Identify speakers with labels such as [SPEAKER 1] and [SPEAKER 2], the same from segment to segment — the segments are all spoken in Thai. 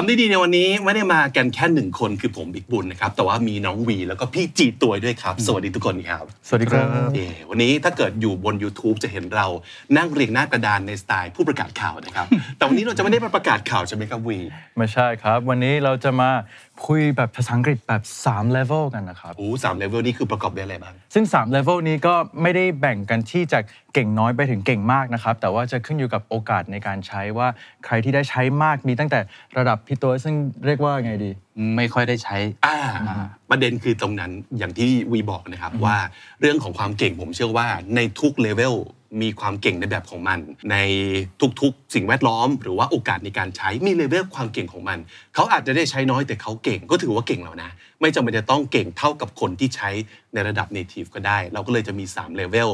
[SPEAKER 1] คำนี้ดีในวันนี้ไม่ได้มากันแค่หนึ่งคนคือผมบิ๊กบุญนะครับ แต่ว่ามีน้องวีแล้วก็พี่จีตัวยด้วยครับ สวัสดีทุกคนครับ
[SPEAKER 2] สวัสดีครับ
[SPEAKER 1] เอ่อวันนี้ถ้าเกิดอยู่บน YouTube จะเห็นเรานั่งเรียงหน้ากระดานในสไตล์ผู้ประกาศข่าวนะครับ แต่วันนี้เราจะไม่ได้มาประกาศข่าวใช่ไหมครับวี
[SPEAKER 2] ไม่ใช่ครับ วันนี้เราจะมาคุยแบบภาษาอังกฤษแบบ 3 level กันนะครับ
[SPEAKER 1] โอ้สามเลเวลนี้คือประกอบด้วยอะไรบ้าง
[SPEAKER 2] ซึ่ง 3 level นี้ก็ไม่ได้แบ่งกันที่จากเก่งน้อยไปถึงเก่งมากนะครับ แต่ว่าจะขึ้นอยู่กับโอกาสในการใช้ว่าใครที่ได้ใช้มากมีตั้งแต่ระดับพี่ตัวซึ่งเรียกว่าไงดี
[SPEAKER 3] ไม่ค่อยได้ใช้
[SPEAKER 1] อ่าประเด็นคือตรงนั้นอย่างที่วีบอกนะครับว่าเรื่องของความเก่งผมเชื่อว่าในทุกเลเวลมีความเก่งในแบบของมัน ในทุกๆ สิ่งแวดล้อม หรือว่าโอกาสในการใช้มีเลเวลความเก่งของมัน เขาอาจจะได้ใช้น้อยแต่เขาเก่งก็ถือว่าเก่งแล้วนะ ไม่จำเป็นจะต้องเก่งเท่ากับคนที่ใช้ในระดับ native ก็ได้ เราก็เลยจะมี3เลเวล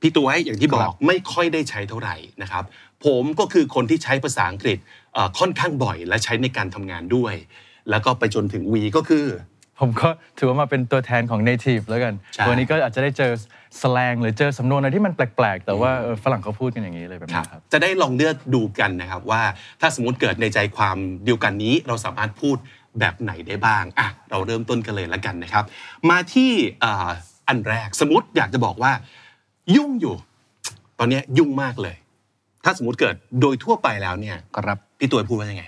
[SPEAKER 1] พี่ตัวอย่างที่บอกไม่ค่อยได้ใช้เท่าไหร่นะครับผมก็คือคนที่ใช้ภาษาอังกฤษเอ่อค่อนข้างบ่อย และใช้ในการทำงานด้วย แล้วก็ไปจนถึง V ก็คือ
[SPEAKER 2] ผมก็ถือว่ามาเป็นตัวแทนของ native แล้วกัน
[SPEAKER 1] ใช่
[SPEAKER 2] วันนี้ก็อาจจะได้เจอ slang หรือเจอสำนวนอะไรที่มันแปลกๆ แต่ว่าเออฝรั่งเขาพูดกันอย่างนี้เลยแบบ
[SPEAKER 1] ครั
[SPEAKER 2] นี้
[SPEAKER 1] บ
[SPEAKER 2] ครับ
[SPEAKER 1] จะได้ลองเลือกดูกันนะครับว่าถ้าสมมติเกิดในใจความเดียวกันนี้เราสามารถพูดแบบไหนได้บ้างอ่ะเราเริ่มต้นกันเลยละกันนะครับ มาที่เอ่ออันแรกสมมติอยากจะบอกว่า ยุ่งอยู่ ตอนเนี้ยยุ่งมากเลย ถ้าสมมติเกิดโดยทั่วไปแล้วเนี่ย
[SPEAKER 3] ครับ
[SPEAKER 1] พี่ตัวพูดว่ายังไง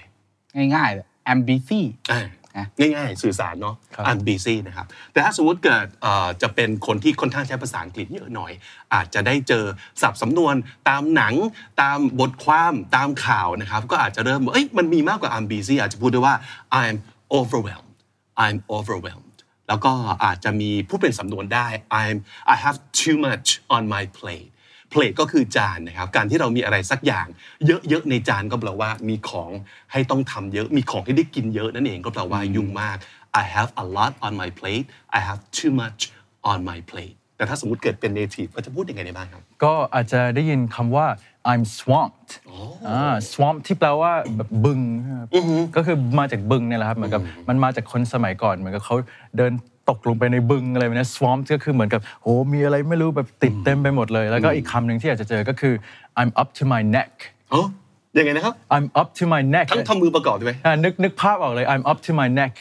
[SPEAKER 3] ง่ายๆเลย ambusy
[SPEAKER 1] อ่ะ
[SPEAKER 3] นะ
[SPEAKER 1] ง่ายๆ สื่อสารเนาะ
[SPEAKER 2] ครับ
[SPEAKER 1] อันบีซี่นะครับแต่ถ้าสมมติเกิดเอ่อจะเป็นคนที่ค่อนข้างใช้ภาษาอังกฤษเยอะหน่อย อาจจะได้เจอศัพท์สำนวนตามหนังตามบทความตามข่าวนะครับ ก็อาจจะเริ่มเอ้ยมันมีมากกว่า I'm busy อาจจะพูดได้ว่า I'm overwhelmed I'm overwhelmed แล้วก็อาจจะมีผู้เป็นสำนวนได้ I'm I have too much on my plate plate ก็คือจานนะครับ การที่เรามีอะไรสักอย่าง เยอะๆในจานก็แปลว่ามีของให้ต้องทำเยอะมีของให้ได้กินเยอะนั่นเองก็แปลว่ายุ่งมาก I have a lot on my plate I have too much on my plate แต่ถ้าสมมติเกิดเป็น native ก็จะพูดยังไงได้บ้างครับ
[SPEAKER 2] ก็อาจจะได้ยินคำว่า I'm swamped อ่า swamp ที่แปลว่าแบบบึงนะครับก็คือมาจากบึงเนี่ยแหละครับ เหมือนกับมันมาจากคนสมัยก่อน เหมือนกับเขาเดินตกลงไปในบึงอะไรแบบเนี้ย swamp ก็คือเหมือนกับโหมีอะไรไม่รู้แบบติดเต็มไปหมดเลย แล้วก็อีกคำหนึ่งที่อาจจะเจอก็คือ I'm up to my neck
[SPEAKER 1] เอ้ายังไงนะครับ
[SPEAKER 2] I'm up to my neck
[SPEAKER 1] ทั้งทำมือประกอบใช่ไหม
[SPEAKER 2] อ่านึกนึกภาพออกเลย I'm up to my neck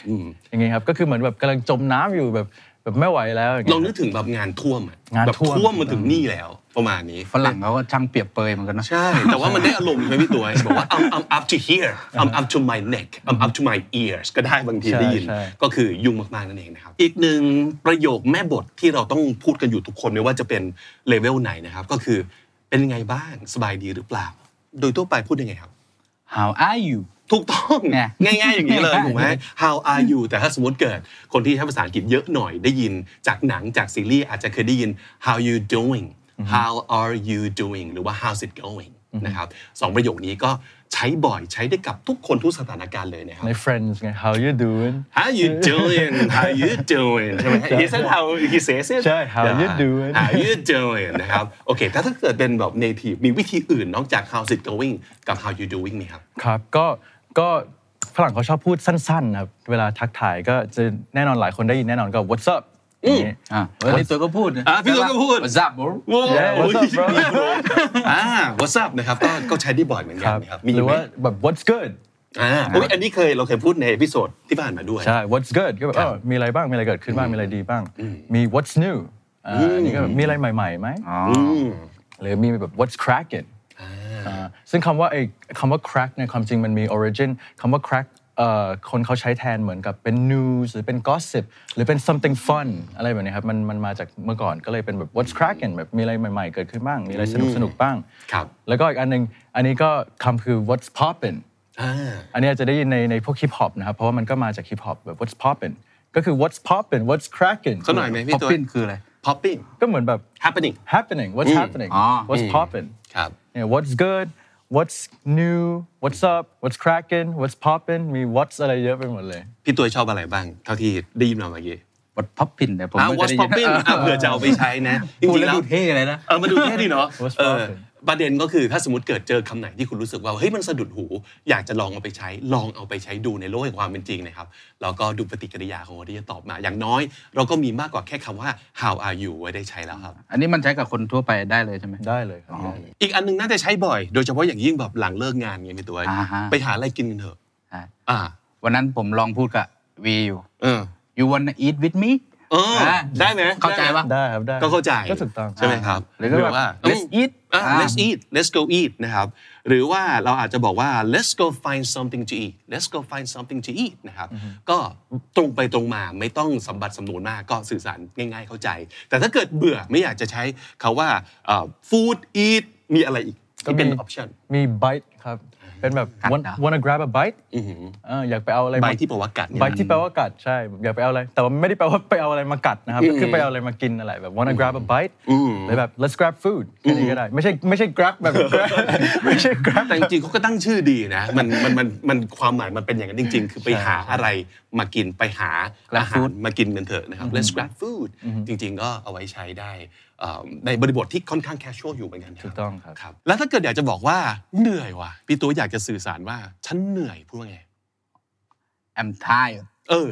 [SPEAKER 2] อย่างงี้ครับ ก็คือเหมือนแบบกำลังจมน้ำอยู่แบบแบบไม่ไหวแล้วอย่าง
[SPEAKER 1] ลอง
[SPEAKER 2] เงี้ย
[SPEAKER 1] นึกถึงแบบงานท่วมอะ
[SPEAKER 2] งาน
[SPEAKER 1] แบบ
[SPEAKER 2] ท่วม
[SPEAKER 1] ท่วมมาถึงนี่แล้วประมาณนี้
[SPEAKER 3] ฝรั่งเขาก็ช่างเปรียบเปรยเหมือนกันเนอะ
[SPEAKER 1] ใช่ แต่ว่ามันได้อารมณ์ใช่ไหมพี่ตัว บอกว่า I'm I'm up to here I'm up to my neck I'm up to my ears ก็ได้บางที
[SPEAKER 2] ใช่
[SPEAKER 1] ได้ยิน
[SPEAKER 2] ใช่
[SPEAKER 1] ก็คือยุ่งมาก ๆ นั่นเองนะครับ อีกหนึ่งประโยคแม่บทที่เราต้องพูดกันอยู่ทุกคนไม่ว่าจะเป็นเลเวลไหนนะครับ ก็คือเป็นยังไงบ้างสบายดีหรือเปล่า โดยทั่วไปพูดยังไงครับ
[SPEAKER 3] how are you
[SPEAKER 1] ถูกต้อง
[SPEAKER 3] ไง
[SPEAKER 1] ง่ายๆอย่างนี้เลย
[SPEAKER 3] ง่ายๆ
[SPEAKER 1] ถูกไหม How are you แต่ถ้าสมมติเกิดคนที่ใช้ภาษาอังกฤษเยอะหน่อยได้ยินจากหนังจากซีรีส์อาจจะเคยได้ยิน How you doing How are you doing หรือว่า How's it going นะครับสองประโยคนี้ก็ใช้บ่อยใช้ได้กับทุกคนทุกสถานการณ์เลยนะครับ
[SPEAKER 2] ใน Friends ไง How you doing
[SPEAKER 1] How you doing How you doing ใช่ไหม He said how he says it
[SPEAKER 2] ใช่ how you
[SPEAKER 1] Yeah.
[SPEAKER 2] doing
[SPEAKER 1] How you doing นะครับโอเคถ้าถ้าเกิดเป็นแบบ native มีวิธีอื่นนอกจาก How's it going กับ How you doing ไหมครับ
[SPEAKER 2] ครับก็ก็ฝรั่งเขาชอบพูดสั้นๆครับเวลาทักทายก็จะแน่นอนหลายคนได้ยินแน่นอนก็ what's up อย่างงี้
[SPEAKER 3] อ่ะเออพี่ตัวก็พูดนะ
[SPEAKER 1] อ่ะพี่ตัวก็พูด
[SPEAKER 3] ว่า What's up bro
[SPEAKER 1] ว้าว
[SPEAKER 2] Yeah, what's up, bro?
[SPEAKER 1] อ่า what's up นะครับก็ก็ใช้ได้บ่อยเหมือน
[SPEAKER 2] ค
[SPEAKER 1] กัน
[SPEAKER 2] รับ
[SPEAKER 1] นะครับมี
[SPEAKER 2] หรือ
[SPEAKER 1] ไหม
[SPEAKER 2] ว่าแบบ what's good
[SPEAKER 1] อ่าอุ๊ยอันนี้เคยเราเคยพูดในเอพิโซดที่ผ่านมาด้วย
[SPEAKER 2] ใช่ what's good ก็แบบเออมีอะไรบ้างมีอะไรเกิดขึ้นบ้างมีอะไรดีบ้าง มี what's new อ่าอันนี้ก็แบบมีอะไรใหม่ๆไหม
[SPEAKER 3] อ๋อ
[SPEAKER 2] หรือมีแบบ what's cracking อ่าซึ่งคำว่าไอ้คำว่า crack ในยความจริงมันมี origin คำว่า crack เอ่อคนเขาใช้แทนเหมือนกับเป็น news หรือเป็น gossip หรือเป็น something fun อะไรแบบนี้ครับมันมันมาจากเมื่อก่อนก็เลยเป็นแบบ what's cracking แบบมีอะไรใหม่ๆ เกิดขึ้นบ้าง มีอะไรสนุกสนุกๆบ้าง
[SPEAKER 1] ครับ
[SPEAKER 2] แล้วก็อีกอันหนึงอันนี้ก็คำคือ what's poppin
[SPEAKER 1] อ่า
[SPEAKER 2] อันนี้อาจจะได้ยินในในพวกฮิปฮอปนะครับ เพราะว่ามันก็มาจากฮิปฮอปแบบ what's poppin ก็คือ what's poppin what's cracking
[SPEAKER 1] สักหน่อยไหมพี่
[SPEAKER 3] ป๊อป
[SPEAKER 1] ตัว
[SPEAKER 3] ปิ้นคืออะไร
[SPEAKER 1] popping
[SPEAKER 2] ก็เหมือนแบบ
[SPEAKER 1] happening
[SPEAKER 2] happening what's happening
[SPEAKER 3] อ๋อ
[SPEAKER 2] what's poppin
[SPEAKER 1] ครับ
[SPEAKER 2] เนี่ย what's good what's new what's up what's cracking what's poppin มี what's อะไรเยอะไปหมดเลย
[SPEAKER 1] พี่ตัวชอบอะไรบ้าง เท่าที่ได้ยินมาเมื่อกี้
[SPEAKER 3] บทพับพินเนี่ยผม
[SPEAKER 1] อ่า
[SPEAKER 3] ไม่
[SPEAKER 1] watch
[SPEAKER 3] ได้ยิ
[SPEAKER 1] popping อ่ะเผื่อจะเอาไปใช้นะจ
[SPEAKER 3] พูด
[SPEAKER 1] ริงๆ
[SPEAKER 3] แล้ว
[SPEAKER 1] แล้ว
[SPEAKER 3] ดูเท่เลยนะ
[SPEAKER 1] เออมาดูแค่ดีเนาะ
[SPEAKER 2] Watch
[SPEAKER 1] เออ
[SPEAKER 2] popping
[SPEAKER 1] ประเด็นก็คือถ้าสมมติเกิดเจอคำไหนที่คุณรู้สึกว่าเฮ้ยมันสะดุดหู อยากจะลองเอาไปใช้ลองเอาไปใช้ดูในโลกแห่งความเป็นจริงนะครับแล้วก็ดูปฏิกิริยาของคนที่จะตอบมา อย่างน้อย เราก็มีมากกว่าแค่คำว่า how are you ไว้ได้ใช้แล้วครับ
[SPEAKER 3] อันนี้มันใช้กับคนทั่วไปได้เลยใช่ไหม
[SPEAKER 2] ได้เลยครับ
[SPEAKER 3] อ๋อ
[SPEAKER 2] ได้เลย
[SPEAKER 1] อีกอันหนึงน่าจะใช้บ่อย โดยเฉพาะอย่างยิ่งแบบหลังเลิกงานไงพี่ตัว
[SPEAKER 3] อ่าฮะ
[SPEAKER 1] ไปหาอะไรกินกันเถอะ
[SPEAKER 3] อ่า
[SPEAKER 1] อ่า
[SPEAKER 3] วันนั้นผมลองพูดกับวีอยู่
[SPEAKER 1] เออ
[SPEAKER 3] you wanna eat with me
[SPEAKER 1] เออ ได้ไหม
[SPEAKER 3] เข้าใจปะ
[SPEAKER 2] ได้ครับได้
[SPEAKER 1] ก็เข้าใจ
[SPEAKER 2] ก็ถูกต้อง
[SPEAKER 1] ใช่ไหมครับ
[SPEAKER 3] หรือก็แบบ let's eat
[SPEAKER 1] อ่า
[SPEAKER 3] อ่า
[SPEAKER 1] let's eat let's go eat นะครับ หรือว่าเราอาจจะบอกว่า let's go find something to eat let's go find something to eat นะครับ ก็ตรงไปตรงมาไม่ต้องสมบัติสำนวนมากก็สื่อสารง่ายๆเข้าใจ แต่ถ้าเกิดเบื่อไม่อยากจะใช้คาว่าเอ่อ food eat มีอะไรอีกที่เป็น
[SPEAKER 2] ก็มี
[SPEAKER 1] option
[SPEAKER 2] มี bite ครับ เป็นแบบ
[SPEAKER 3] กัด
[SPEAKER 2] want- wanna grab a bite
[SPEAKER 1] อือหือ
[SPEAKER 2] เอออยากไปเอาอะไร
[SPEAKER 1] ใบ
[SPEAKER 2] มา
[SPEAKER 1] ที่บอกว่ากัดเนี่ย
[SPEAKER 2] บที่แปลว่ากัดใช่อยากไปเอาอะไร แต่ว่าไม่ได้แปลว่าไปเอาอะไรมากัดนะครับ
[SPEAKER 1] อืม
[SPEAKER 2] ก็คือไปเอาอะไรมากินนั่นแหละแบบ wanna grab a bite
[SPEAKER 1] อืม
[SPEAKER 2] หรือแบบ let's grab food แค่นี้ก็ได้ ไม่ใช่ไม่ใช่ grab แบบ grab ไม่ใช่ grab
[SPEAKER 1] แต่จริงๆเขาก็ตั้งชื่อดีนะ มันมันมันมันความหมายมันเป็นอย่างนั้นจริง ๆ คือไปหาอะไรมากินไปหา
[SPEAKER 3] Grab
[SPEAKER 1] อาหาร
[SPEAKER 3] food
[SPEAKER 1] มากินกันเถอะนะครับ let's grab food จริง ๆ ก็เอาไว้ใช้ได้เอ่อในบริบทที่ค่อนข้าง casual อยู่เหมือนกัน
[SPEAKER 2] ถูกต้องครับ
[SPEAKER 1] ครับ แล้วถ้าเกิดอยากจะบอกว่าเหนื่อยว่ะพี่ตัวอยากจะสื่อสารว่าฉันเหนื่อยพูดว่าไง
[SPEAKER 3] I'm tired
[SPEAKER 1] เออ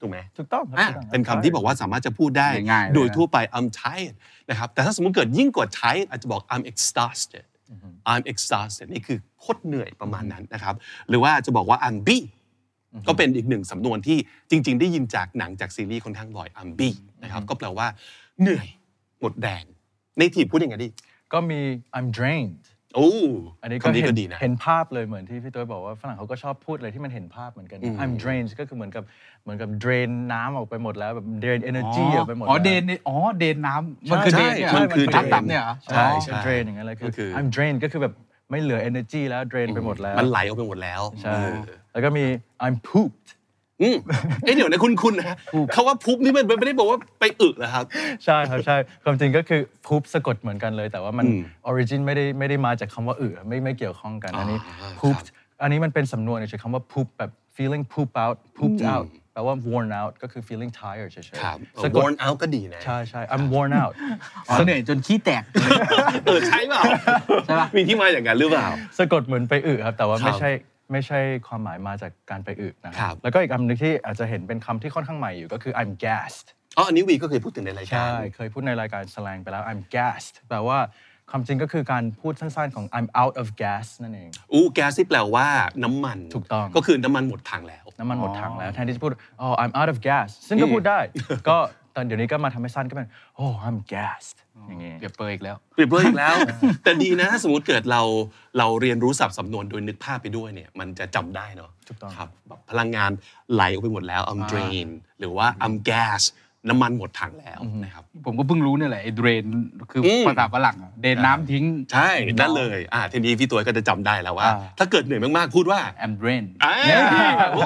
[SPEAKER 1] ถูกไหม
[SPEAKER 2] ถูกต้องครับ
[SPEAKER 1] อ่ะ
[SPEAKER 2] ถูต้องรับ
[SPEAKER 1] เป็นคำที่บอกว่าสามารถจะพูดได้
[SPEAKER 3] ง่ายๆเลยนะ
[SPEAKER 1] โดยทั่วไป I'm tired นะครับแต่ถ้าสมมติเกิดยิ่งกว่า tired อาจจะบอก I'm exhausted I'm exhausted นี่คือโคตรเหนื่อยประมาณนั้นนะครับหรือว่าจะบอกว่า I'm beat ก็เป็นอีกหนึ่งสำนวนที่จริง ๆ ได้ยินจากหนังจากซีรีส์ค่อนข้างบ่อย I'm beat นะครับก็แปลว่าเหนื่อย หมดแรงในทีพูดยังไงดี
[SPEAKER 2] ก็มี I'm drained
[SPEAKER 1] โอ้
[SPEAKER 2] อันนี้ก็
[SPEAKER 1] คำนี้
[SPEAKER 2] เห็
[SPEAKER 1] ก็
[SPEAKER 2] น
[SPEAKER 1] ดีนะ
[SPEAKER 2] เห็นภาพเลยเหมือนที่พี่ตัวบอกว่าฝรั่งเขาก็ชอบพูดอะไรที่มันเห็นภาพเหมือนกันนะ I'm drained ก็คือเหมือนกับเหมือนกับ drain น้ำออกไปหมดแล้วแบบ drain
[SPEAKER 3] อ๋
[SPEAKER 2] energy ออกไปหมด
[SPEAKER 3] อ๋อ
[SPEAKER 2] แล้ว
[SPEAKER 3] เดนนี่อ๋อเดนน้ำ
[SPEAKER 2] ใช่
[SPEAKER 3] มันคือ
[SPEAKER 2] ใช่
[SPEAKER 3] เดนเนี่ย
[SPEAKER 1] มันคือ
[SPEAKER 3] น้ำ
[SPEAKER 1] เดน
[SPEAKER 3] ต่ำเนี่ยเหรอ
[SPEAKER 2] ใช่
[SPEAKER 1] ใช่
[SPEAKER 2] ใช่ drain อย่างนั้นเลย
[SPEAKER 1] ก็คื
[SPEAKER 2] คือ อ I'm drained ก็คือแบบไม่เหลือ energy แล้ว drain ไปหมดแล้ว
[SPEAKER 1] มันไหลออกไปหมดแล้ว
[SPEAKER 2] ใช่
[SPEAKER 1] เออ
[SPEAKER 2] แล้วก็มี I'm pooped
[SPEAKER 1] อืมเอ้ยเดี๋ยวนะคุณคุณนะฮะเขาว่าพุบนี่มันมันไม่ได้บอกว่าไปอึนะครับ
[SPEAKER 2] ใช่ครับใช่ความจริงก็คือพูบสะกดเหมือนกันเลย แต่ว่ามัน
[SPEAKER 1] อืม
[SPEAKER 2] ออริจินไม่ได้ไม่ได้มาจากคำว่าอึไม่ไม่เกี่ยวข้องกันอันนี้
[SPEAKER 1] อ่า
[SPEAKER 2] พูบ
[SPEAKER 1] ครับ
[SPEAKER 2] อันนี้มันเป็นสำนวนเฉยๆคำว่าพูบแบบ feeling poop out pooped out แปลว่า worn out ก็คือ feeling tired เฉย
[SPEAKER 1] ครับ
[SPEAKER 2] ๆสะกด
[SPEAKER 1] worn out ก็ดีนะ
[SPEAKER 2] ใช่ใช่ I'm worn out
[SPEAKER 3] อ๋อเหนื่อยจนขี้แตก
[SPEAKER 1] เออใช่เปล่า
[SPEAKER 3] ใช่ปะ
[SPEAKER 1] มีที่มาอย่างนั้นหรือเปล่า
[SPEAKER 2] สะกดเหมือนไปอึครับ แต่ว่า
[SPEAKER 1] ครับ
[SPEAKER 2] ไม่ใช่ไม่ใช่ความหมายมาจากการไปอึนะค
[SPEAKER 1] ครั
[SPEAKER 2] รับ บแล้วก็อีกคำหนึงที่อาจจะเห็นเป็นคำที่ค่อนข้างใหม่อยู่ก็คือ I'm gassed
[SPEAKER 1] อ๋ออันนี้วีก็เคยพูดถึงในรายกา
[SPEAKER 2] ใช่
[SPEAKER 1] ร
[SPEAKER 2] เคยพูดในรายการแสลงไปแล้ว I'm gassed แปลว่าความจริงก็คือการพูดสั้นๆของ I'm out of gas นั่นเอง
[SPEAKER 1] อู้แก๊สที่แปลว่าน้ำมัน
[SPEAKER 2] ถูกต้อง
[SPEAKER 1] ก็คือน้ำมันหมดถังแล้ว
[SPEAKER 2] น้ำมันหมดถังแล้ว แทนที่จะพูด oh I'm out of gas ซึ่งก็พูด ได้ ก็ตอนเดี๋ยวนี้ก็มาทำให้สั้นก็เป็น oh I'm gassed อย่างงี้
[SPEAKER 3] เปรียบเปรยอีกแล้ว
[SPEAKER 1] เปรียบเทียบอีก แล้ว แต่ดีนะถ้าสมมติเกิดเราเราเรียนรู้ศัพท์สำนวนโดยนึกภาพไปด้วยเนี่ยมันจะจำได้เนาะ
[SPEAKER 2] ถูกต้อง
[SPEAKER 1] ครับแบบพลังงานไหลออกไปหมดแล้ว I'm drain หรือว่า I'm gas น้ำมันหมดถังแล้วนะครับ
[SPEAKER 3] ผมก็เพิ่งรู้เนี่ยแหละไอ้เดรนคืออ
[SPEAKER 1] ม
[SPEAKER 3] ภาษาฝรั่งอะเดนน้ำทิ้ง
[SPEAKER 1] ใช่ นั่นเลยอ่าทีนี้พี่ตัวก็จะจำได้แล้วว่า
[SPEAKER 3] อ่า
[SPEAKER 1] ถ้าเกิดเหนื่อยมากๆ พูดว่า
[SPEAKER 3] I'm drained
[SPEAKER 1] อ่า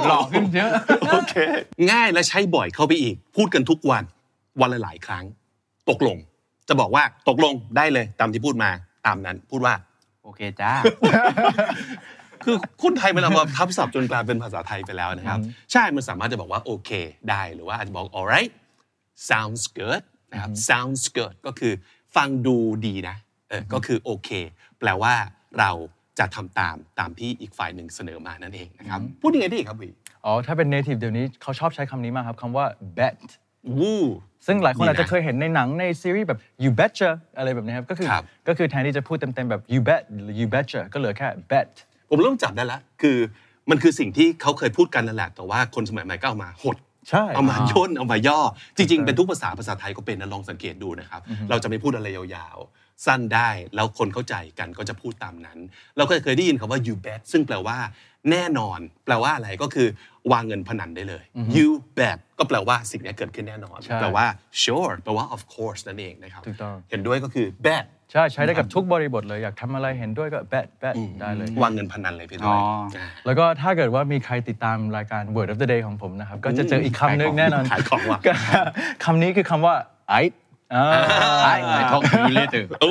[SPEAKER 3] หลอกขึ้นเยอะ
[SPEAKER 1] โอเค ง่ายและใช้บ่อยเข้าไปอีก พูดกันทุกวัน วันละหลายครั้ง ตกลง จะบอกว่าตกลงได้เลย ตามที่พูดมาตามนั้น พูดว่า
[SPEAKER 3] โอเคจ้า
[SPEAKER 1] คือคุณไทยมันเอามาทับศัพท์จนกลายเป็นภาษาไทยไปแล้วนะครับ ใช่ มันสามารถจะบอกว่าโอเค ได้หรือว่าอาจจะบอก alright sounds good นะครับ sounds good ก็คือฟังดูดีนะเออก็คือโอเค แปลว่าเราจะทำตามตามที่อีกฝ่ายหนึ่งเสนอมานั่นเองนะครับ พูดยังไงได้อีกครับวี
[SPEAKER 2] อ๋อ ถ้าเป็น native เดี๋ยวนี้เขาชอบใช้คำนี้มากครับคำว่า bet
[SPEAKER 1] วู้
[SPEAKER 2] ซึ่งหลายคนอาจ
[SPEAKER 1] ดี
[SPEAKER 2] จะ
[SPEAKER 1] นะ
[SPEAKER 2] เคยเห็นในหนังในซีรีส์แบบ you betcha อะไรแบบนี้ครับ ก็คือ
[SPEAKER 1] ครับ
[SPEAKER 2] ก็คือแทนที่จะพูดเต็มๆแบบ you bet หรือ you betcha ก็เหลือแค่ bet
[SPEAKER 1] ผมเริ่มจับได้แล้ว คือมันคือสิ่งที่เขาเคยพูดกันนั่นแหละ แต่ว่าคนสมัยใหม่ก็เอามาหด
[SPEAKER 2] ใช่
[SPEAKER 1] เอามาย่น เอามาย่อ จริง ๆ เป็นทุกภาษาภาษาไทยก็เป็นนะลองสังเกตดูนะครับ เราจะไม่พูดอะไรยาวๆ สั้นได้ แล้วคนเข้าใจกันก็จะพูดตามนั้น เราก็เคยได้ยินคำว่า you bet ซึ่งแปลว่า แน่นอน แปลว่าอะไรก็คือวางเงินพนันได้เลย you bet ก็แปลว่าสิ่งนี้เกิดขึ้นแน่นอน
[SPEAKER 2] ใช่
[SPEAKER 1] แปลว่า sure แปลว่า of course นั่นเองนะครับ
[SPEAKER 2] ถูกต้อง
[SPEAKER 1] เห็นด้วยก็คือ bet
[SPEAKER 2] ใช่ใช้ได้กับทุกบริบทเลยอยากทำอะไรเห็นด้วยก็ bet bet ได้เลย
[SPEAKER 1] วางเงินพนันเลยพี่ด้ว
[SPEAKER 3] อ๋
[SPEAKER 1] ย
[SPEAKER 3] อ
[SPEAKER 1] า
[SPEAKER 2] แล้วก็ถ้าเกิดว่ามีใครติดตามรายการ Word of the Day ของผมนะครับ ก็จะเจออีกคำหนึงแน่นอน
[SPEAKER 1] ขายของว่ะ
[SPEAKER 2] ก็คำนี้คือคำว่า I อ่า
[SPEAKER 3] I I talk to you later
[SPEAKER 1] โอ้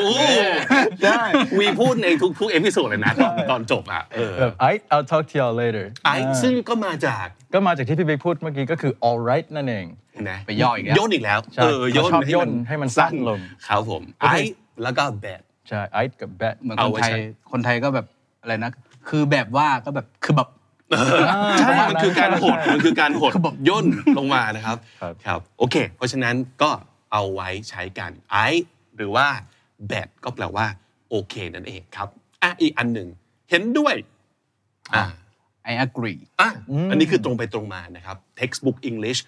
[SPEAKER 1] ได้วีพูดในทุกๆเอพิโซดเลยนะตอนตอนจบอ่ะเออ
[SPEAKER 2] แบบ I I'll talk to you later
[SPEAKER 1] ไอซ์ซึ่งก็มาจาก
[SPEAKER 2] ก็มาจากที่พี่บิ๊กพูดเมื่อกี้ก็คือ all right นั่นเอง
[SPEAKER 1] นะ
[SPEAKER 3] ไปย่ออีกแล้ว
[SPEAKER 1] ย่นอีกแล้ว
[SPEAKER 2] ใช่
[SPEAKER 1] เออ
[SPEAKER 2] เขา
[SPEAKER 1] ย่น
[SPEAKER 2] ชอบ
[SPEAKER 1] ให้
[SPEAKER 2] ย่
[SPEAKER 1] มัน
[SPEAKER 2] นให้มันสั้นลง
[SPEAKER 1] ครับผมไอซ์แล้วก็แบด
[SPEAKER 2] ใช่ I กับ bet
[SPEAKER 3] เหมือนค
[SPEAKER 1] เอา
[SPEAKER 3] น
[SPEAKER 1] ไว้
[SPEAKER 3] ไท
[SPEAKER 1] ใช้
[SPEAKER 3] ยคนไทยก็แบบอะไรนะ คือแบบว่าก็แบบคือแบบ
[SPEAKER 1] ใช่มันคือการหดมันคือการหดย่นลงมานะครับ
[SPEAKER 2] ครับ
[SPEAKER 1] ครับโอเค เพราะฉะนั้นก็เอาไว้ใช้กันไอซ์หรือว่าแบดก็แปลว่าโอเคนั่นเองครับอ่ะอีกอันหนึ่งเห็นด้วยอ่ะ
[SPEAKER 3] I agree
[SPEAKER 1] อ่ะอันนี้คือตรงไปตรงมานะครับ textbook English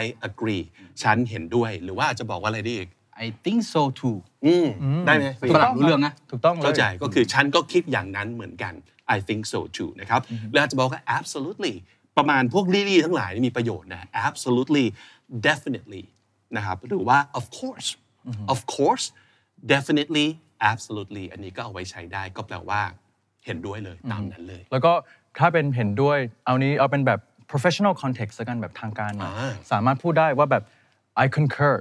[SPEAKER 1] I agree ฉันเห็นด้วยหรือว่าจะบอกว่าอะไรได้อีก
[SPEAKER 3] I think so too
[SPEAKER 1] อืมได้ไหม
[SPEAKER 3] ฝรั่งรู้เรื่องนะ
[SPEAKER 2] ถูกต้องลย
[SPEAKER 1] เข้าใจก็คือฉันก็คิดอย่างนั้นเหมือนกัน I think so too นะครับแล้วอาจจะบอกว่า absolutely ประมาณพวกลี่ๆทั้งหลายนี่มีประโยชน์นะ absolutely definitely นะครับหรือว่า of course of course definitely absolutely อันนี้ก็เอาไว้ใช้ได้ก็แปลว่าเห็นด้วยเลยตามนั้นเลย
[SPEAKER 2] แล้วก็ถ้าเป็นเห็นด้วยเอานี้เอาเป็นแบบ professional context แล้วกันแบบทางการหน่อย
[SPEAKER 1] อ่า
[SPEAKER 2] สามารถพูดได้ว่าแบบ I concur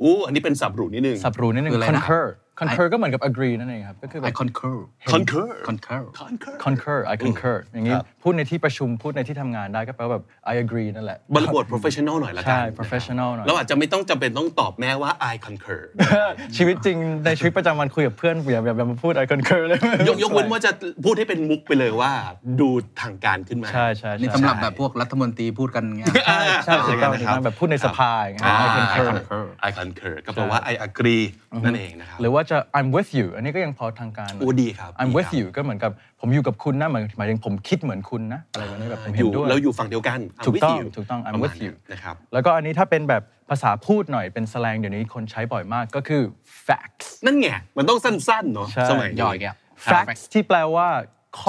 [SPEAKER 1] อู้อันนี้เป็นสับหรูนิดนึง
[SPEAKER 2] สับรูนิดนึง
[SPEAKER 3] คืออะไรนะ
[SPEAKER 2] concur concur ก็เหมือนกับ agree นั่นเองครับ ก็คือแบ
[SPEAKER 3] I
[SPEAKER 2] บ
[SPEAKER 3] concur
[SPEAKER 1] concur
[SPEAKER 3] concur
[SPEAKER 1] concur
[SPEAKER 2] concur I concur อย่างนี้
[SPEAKER 1] ครับ
[SPEAKER 2] พูดในที่ประชุมพูดในที่ทำงานได้ก็แปลว่าแบบ I agree นั่นแหละ
[SPEAKER 1] บริบท professional หน่อยละกั
[SPEAKER 2] ใช่
[SPEAKER 1] นะครับ
[SPEAKER 2] professional หน่อย
[SPEAKER 1] เราอาจจะไม่ต้องจำเป็นต้องตอบแม่ว่า I concur
[SPEAKER 2] ชีวิตจริงในชีวิตประจำวันคุยกับเพื่อนอย่าอย่าอย่ามาพูด I concur เลย
[SPEAKER 1] ยกยกเว้นว่าจะพูดให้เป็นมุกไปเลยว่า ดูทางการขึ้นมา
[SPEAKER 2] ใช่ใช่
[SPEAKER 3] นี่
[SPEAKER 2] ใช่
[SPEAKER 3] สำหรับแบบพวกรัฐมนตรีพูดกันไง
[SPEAKER 2] ใช่ใช่
[SPEAKER 1] อะไรอ
[SPEAKER 2] ใช่
[SPEAKER 1] ย่างนั้นนะค
[SPEAKER 2] ก็
[SPEAKER 1] รับ
[SPEAKER 2] แบบพูดในสภาอย่างเงี้ย
[SPEAKER 1] อ่า I
[SPEAKER 2] I concur
[SPEAKER 1] concur I concur ก็แปลว่า I agree นั่นเองนะครับ
[SPEAKER 2] หรือว่าจะ I'm with you อันนี้ก็ยังพอทางการหน่ย
[SPEAKER 1] โอ้ดีครับดีค
[SPEAKER 2] I'm
[SPEAKER 1] รับ
[SPEAKER 2] with you ก็เหมือนกับผมอยู่กับคุณนะหมายหมายถึงผมคิดเหมือนคุณนะอะไรแบบนี้แบบผม
[SPEAKER 1] อ
[SPEAKER 2] เห็
[SPEAKER 1] ยู่
[SPEAKER 2] นด้วย
[SPEAKER 1] เราอยู่ฝั่งเดียวกัน I'm
[SPEAKER 2] ถูก
[SPEAKER 1] with
[SPEAKER 2] ต้อง
[SPEAKER 1] you
[SPEAKER 2] ถูกต้อง I'm
[SPEAKER 1] ประมาณ
[SPEAKER 2] with you
[SPEAKER 1] นั้นนะครับ
[SPEAKER 2] แล้วก็อันนี้ถ้าเป็นแบบภาษาพูดหน่อยเป็น slang เดี๋ยวนี้คนใช้บ่อยมากก็คือ facts
[SPEAKER 1] นั่นไงมันต้องสั้นๆเนาะ
[SPEAKER 2] ใช่
[SPEAKER 1] สมัย
[SPEAKER 3] ย่อ
[SPEAKER 1] นี้
[SPEAKER 3] อีกแล้ว
[SPEAKER 2] facts ที่แปลว่าข้